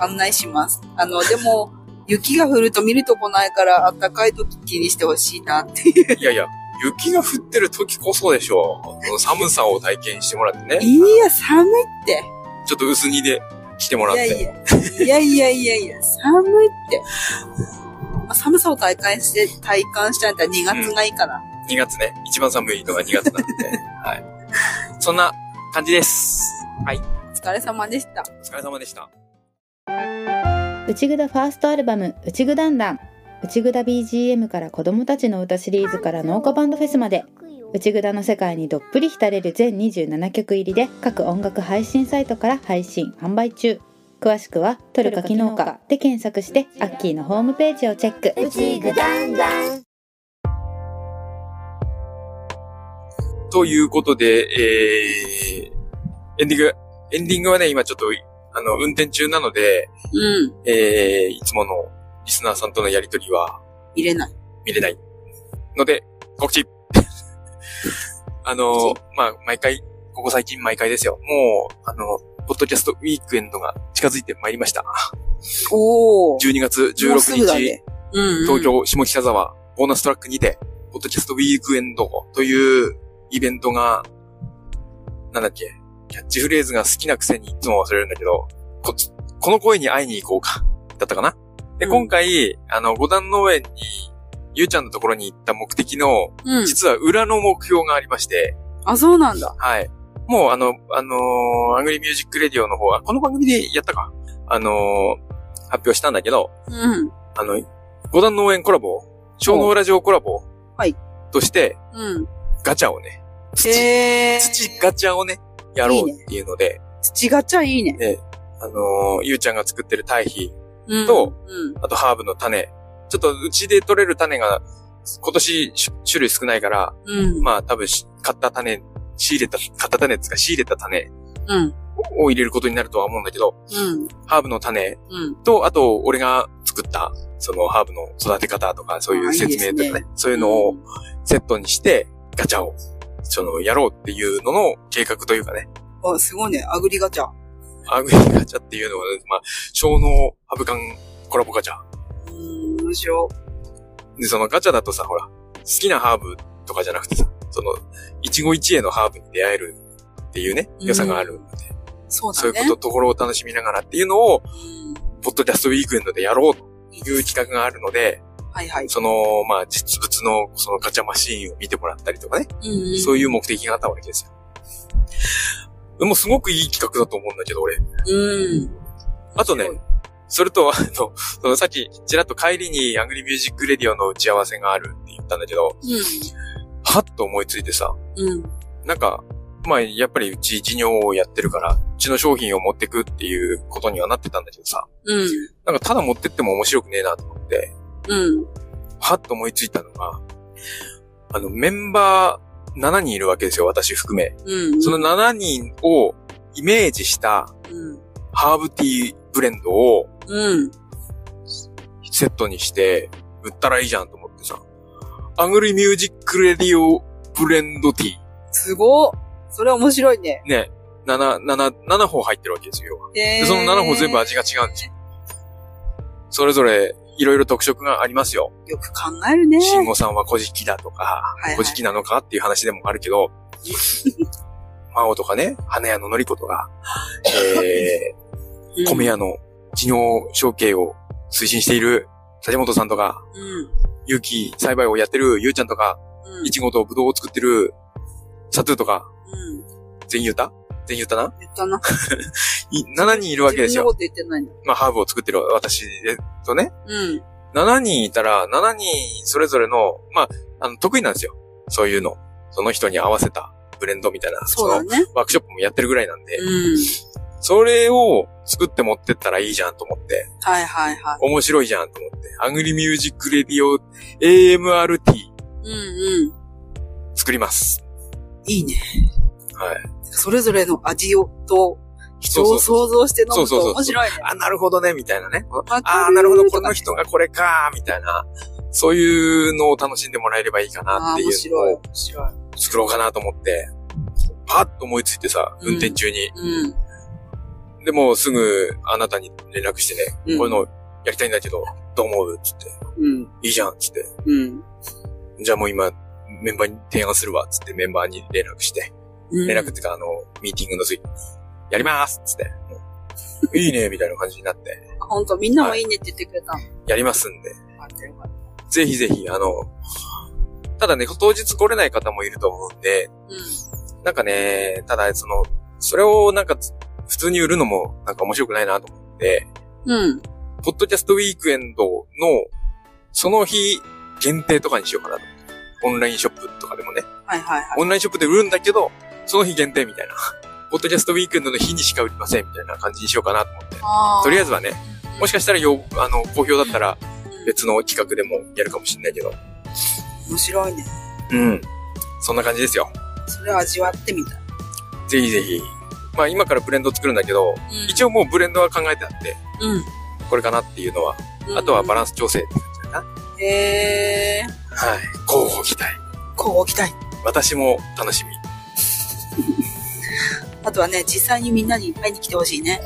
S2: 案内します。あの、でも、雪が降ると見るとこないから、あったかい時気にしてほしいなっていう。
S1: いやいや、雪が降ってる時こそでしょう。この寒さを体験してもらってね。
S2: いや、寒いって。
S1: ちょっと薄着で来てもらっ
S2: いや
S1: て。
S2: いや、いやいやいやいや、寒いって。まあ寒さを体感して、体感したんだったら2月がいいかな。
S1: 2月ね。一番寒いのが2月なん
S2: (laughs)
S1: で。はい。そんな感じです。はい。
S2: お疲れ様でした。
S1: お疲れ様でした。
S5: 内ぐだファーストアルバム「内ぐだんだん」内ぐだ BGM から子供たちの歌シリーズから農家バンドフェスまで内ぐだの世界にどっぷり浸れる全27曲入りで各音楽配信サイトから配信販売中詳しくは「トルカ機能か」で検索してアッキーのホームページをチェック
S1: ということで、えー、エンディング、エンディングはね、今ちょっと、あの、運転中なので、
S2: うん。
S1: えー、いつものリスナーさんとのやりとりは
S2: 入れない。
S1: 見れない。ので、告知 (laughs) あの
S2: 告、
S1: まあ、毎回、ここ最近毎回ですよ。もう、あの、ポッドキャストウィークエンドが近づいてまいりました。
S2: おー。
S1: 12月
S2: もうす
S1: 16
S2: ぐだ
S1: 日、
S2: ねうん、うん。
S1: 東。京下北沢ボーナストラックにて、ポッドキャストウィークエンドというイベントが、なんだっけ、キャッチフレーズが好きなくせにいつも忘れるんだけど、こ、この声に会いに行こうか、だったかな。で、
S2: うん
S1: 今回、あの、五段農園に、ゆうちゃんのところに行った目的の、
S2: うん。
S1: 実は裏の目標がありまして、
S2: あ、そうなんだ。
S1: はい。もうあの、あのーアングリーミュージックレディオの方は、この番組でやったか、あのー発表したんだけど、
S2: うん。
S1: あの、五段農園コラボ、小脳ラジオコラボ、
S2: はい。
S1: として、
S2: うん。
S1: ガチャをね、土、
S2: へー。
S1: 土ガチャをね、やろうっていうので、
S2: 土ガチャいいね。
S1: あのーゆうちゃんが作ってる堆肥、
S2: うん。
S1: と
S2: うん。
S1: あとハーブの種、ちょっとうちで取れる種が、今年し種類少ないから、
S2: うん。
S1: まあ多分し買った種、仕入れた、買った種ですか、仕入れた種
S2: うん。
S1: を入れることになるとは思うんだけど、
S2: うん。
S1: ハーブの種
S2: うん。
S1: と、あと、俺が作った、そのハーブの育て方とか、そういう説明と
S2: あいい
S1: か
S2: で
S1: ね、そういうのをセットにして、ガチャを、その、やろうっていうのの計画というかね、
S2: あ、すごいね。アグリガチャ。
S1: アグリガチャっていうのは、ね、まあ、小脳ハブ缶コラボガチャ。
S2: うーん、面白
S1: で、そのガチャだとさ、ほら、好きなハーブとかじゃなくてさ、その、一期一会のハーブに出会えるっていうね、良さがあるので、
S2: い。そう
S1: そう
S2: だ
S1: い
S2: ね。
S1: うこと、ところを楽しみながらっていうのを、
S2: うん
S1: ポッドキャストウィークエンドでやろうという企画があるので、
S2: はいはい。
S1: その、まあ、実物のそのガチャマシーンを見てもらったりとかね、
S2: うん。
S1: そういうう目的があったわけですよ。でもすごくいい企画だと思うんだけど、俺。
S2: うん。
S1: あとね
S2: すごい、
S1: それと、あの、そのさっき、ちらっと帰りにアングリーミュージックレディオの打ち合わせがあるって言ったんだけど、はっと思いついてさ、
S2: うん。うん。
S1: なんか、まあ、やっぱりうち事業をやってるから、うちの商品を持ってくっていうことにはなってたんだけどさ、
S2: うん。
S1: なんかただ持ってっても面白くねえなと思って、
S2: うん。
S1: はっと思いついたのが、あの、メンバー7人いるわけですよ、私含め。
S2: うん。
S1: その7人をイメージした
S2: うん。
S1: ハーブティーブレンドを
S2: うん。
S1: セットにして売ったらいいじゃんと思ってさ、アングリミュージックレディオブレンドティー。
S2: すごっそれ面白いね。
S1: ね、7、7、7本入ってるわけですよ。
S2: へ
S1: で、
S2: ー
S1: その7本全部味が違うんですよ。それぞれ、いろいろ特色がありますよ。
S2: よく考えるね。
S1: 慎吾さんは小じきだとか、
S2: はい
S1: 小じきなのかっていう話でもあるけ
S2: (laughs)
S1: ど、真央とかね、花屋ののりこと
S2: (laughs)
S1: か、えー、米屋の事業承継を推進している立本さんとか、
S2: うん。うん。
S1: 有機栽培をやってるゆうちゃんとか、
S2: うん
S1: いちごとぶどうを作ってるサトゥーとか、
S2: うん。
S1: 全ゆうた全ゆうたな
S2: 言ったな。
S1: い ?7 人いるわけです
S2: 自分のこ
S1: よ。
S2: と言ってないんだ。
S1: まあ、ハーブを作ってる私とね、
S2: うん。
S1: 7人いたら、7人それぞれの、まあ、あの、得意なんですよ。そういうの。その人に合わせたブレンドみたいな、
S2: そうだ
S1: の
S2: ね。
S1: ワークショップもやってるぐらいなんで、
S2: うん。
S1: それを作って持ってったらいいじゃんと思って、
S2: はいはいは
S1: 面白いじゃんと思って、アングリミュージックレディオ AMRT
S2: い。うんうん。
S1: 作ります。
S2: いいね。
S1: はい。
S2: それぞれの味を、と、人
S1: そう
S2: を
S1: そう
S2: 想像して飲む
S1: そうそうそ
S2: と
S1: う
S2: 面白いね。
S1: あ、なるほどね、みたいなね。
S2: わか
S1: ああ、なるほど、この人がこれか、みたいな。そういうのを楽しんでもらえればいいかな
S2: あ
S1: っ
S2: あ
S1: てい
S2: ー、面
S1: うの
S2: 白い。
S1: を
S2: 面白い。
S1: 作ろうかなと思って、パッと思いついてさ、運転中に、
S2: うん。
S1: でもすぐあなたに連絡してね、
S2: うん
S1: こういうのやりたいんだけど、どう思うつって、
S2: うん。
S1: いいじゃんつって、
S2: うん。
S1: じゃあもう今、メンバーに提案するわつってメンバーに連絡して、
S2: うん
S1: 連絡っていうかあの、ミーティングの時に、やりますつって、うんいいねみたいな感じになって、
S2: ほんと、みんなもいいねって言ってくれたの。
S1: やりますんで、
S2: よかったよかっ
S1: ぜひぜひ、あの、ただね、当日来れない方もいると思うんで、
S2: た
S1: なんかね、ただその、それをなんかつ普通に売るのもなんか面白くないなと思って、
S2: うん。うん。
S1: ポッドキャストウィークエンドの、その日限定とかにしようかなと。オンラインショップとかでもね。
S2: はいはいはい。
S1: オンラインショップで売るんだけど、その日限定みたいな。 (laughs) ポッドキャストウィークエンドの日にしか売りませんみたいな感じにしようかなと思って。
S2: あ
S1: とりあえ
S2: ず、
S1: ずはね、もしかしたらよ、あの、好評だったら別の企画でもやるかもしれないけど。
S2: 面白いね。
S1: うん。そんな感じですよ。
S2: それを味わってみたい。
S1: ぜひぜひ。まあ今からブレンド作るんだけど、一応もうブレンドは考えてあって、
S2: うん、
S1: これかなっていうのは、
S2: うん。
S1: あとはバラ
S2: ン
S1: ンス調整って感じかな。
S2: ス。へえー。
S1: はい。候補期待。
S2: こう置きたい。
S1: 私も楽しみ。
S2: あとはね、実際にみんなに会いに来てほしいね。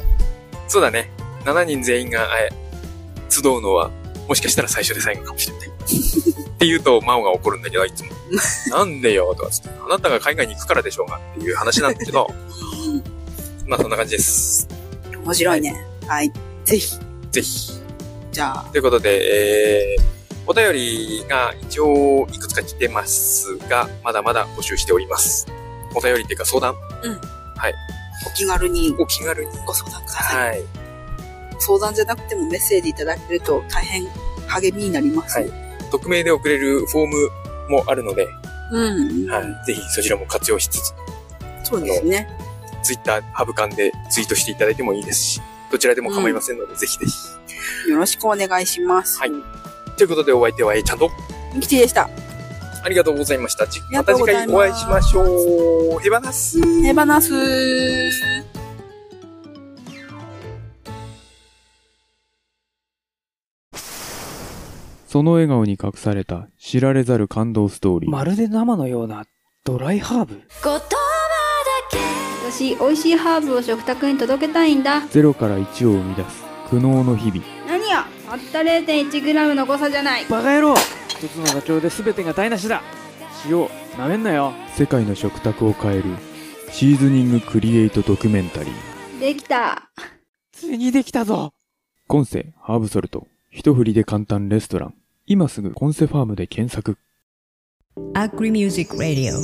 S1: そうだね。7人全員が会え、集うのは、もしかしたら最初で最後かもしれない。って言うと、真央が怒るんだけど、い (laughs) つも。なんでよ、とかつって。あなたが海外に行くからでしょうが、っていう話なんだけ (laughs) ど、まあそんな感じです。
S2: うん。面白いね。はい。ぜひ。
S1: ぜひ。
S2: じゃあ、
S1: ということで、えー、お便りが一応いくつか来てますが、まだまだ募集しております。お便りっていうか相談
S2: お気軽に
S1: お気軽に。
S2: ご相談ください。
S1: はい。
S2: 相談じゃなくてもメッセージいただけると大変励みになります。
S1: はい匿名で送れるフォームもあるので、
S2: うん、うん。
S1: はい。ぜひそちらも活用しつつ、
S2: そうですね。
S1: ツイッター、ハブカンでツイートしていただいてもいいですし、どちらでも構いませんので、ぜひぜひ。
S2: よろしくお願いします。
S1: はい。ということで、お相手は A ちゃんと、
S2: ミキティでした。
S1: ありがとうございました。じ
S2: り
S1: ま
S2: が
S1: た
S2: とう
S1: 次
S2: ござ
S1: 回
S2: います
S1: お会いしましょう。へばなす。
S2: 手放す。
S6: その笑顔に隠された知られざる感動ストーリー。
S7: まるで生のようなドライハーブ
S8: 私美味しいハーブを食卓に届けたいんだ
S6: ゼロから1を生み出す苦悩の日々。
S8: 何よたった 0.1g の誤差じゃない
S7: バカ野郎一つの妥協で全てが台無しだ塩なめんなよ
S6: 世界の食卓を変えるシーズニングクリエイトドキュメンタリー。
S8: できた
S7: ついにできたぞ
S6: コンセハーブソルト。一振りで簡単レストラン。今すぐコンセファームで検索。
S9: Agri Music Radio.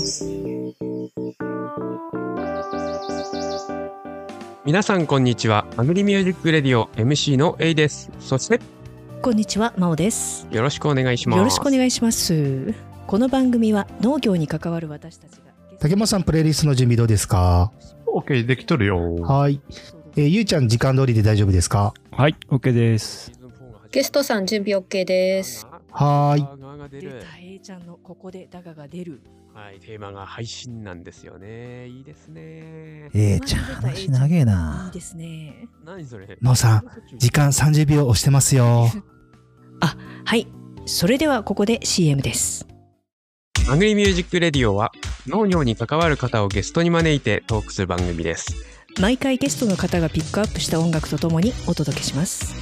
S1: 皆さんこんにちは。アグリミュージックレディオ MC のエイです。そして
S9: こんにちは、まおです。
S1: よろしくお願いします。
S9: よろしくお願いします。この番組は農業に関わる私たちが。
S10: 竹本さん、プレイリストの準備どうですか
S11: OK、できとるよ。
S10: はい。えーゆうちゃん、時間通りで大丈夫ですか
S11: はい、OK です。
S1: ゲストさん準備 OK です。
S10: はーい
S1: い
S9: 出た、えいちゃんのここでダガが出る。
S1: はい、テーマが配信なんですよね。いいですね。
S10: え
S9: えいいですね。
S1: 何それ。
S10: のさ
S1: ん
S10: 時間30秒押してますよ。
S9: はい。それではここで CM です。
S1: アグリミュージックレディオは農業に関わる方をゲストに招いてトークする番組です。
S9: 毎回ゲストの方がピックアップした音楽とともにお届けします。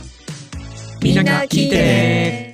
S1: みんな聞いてね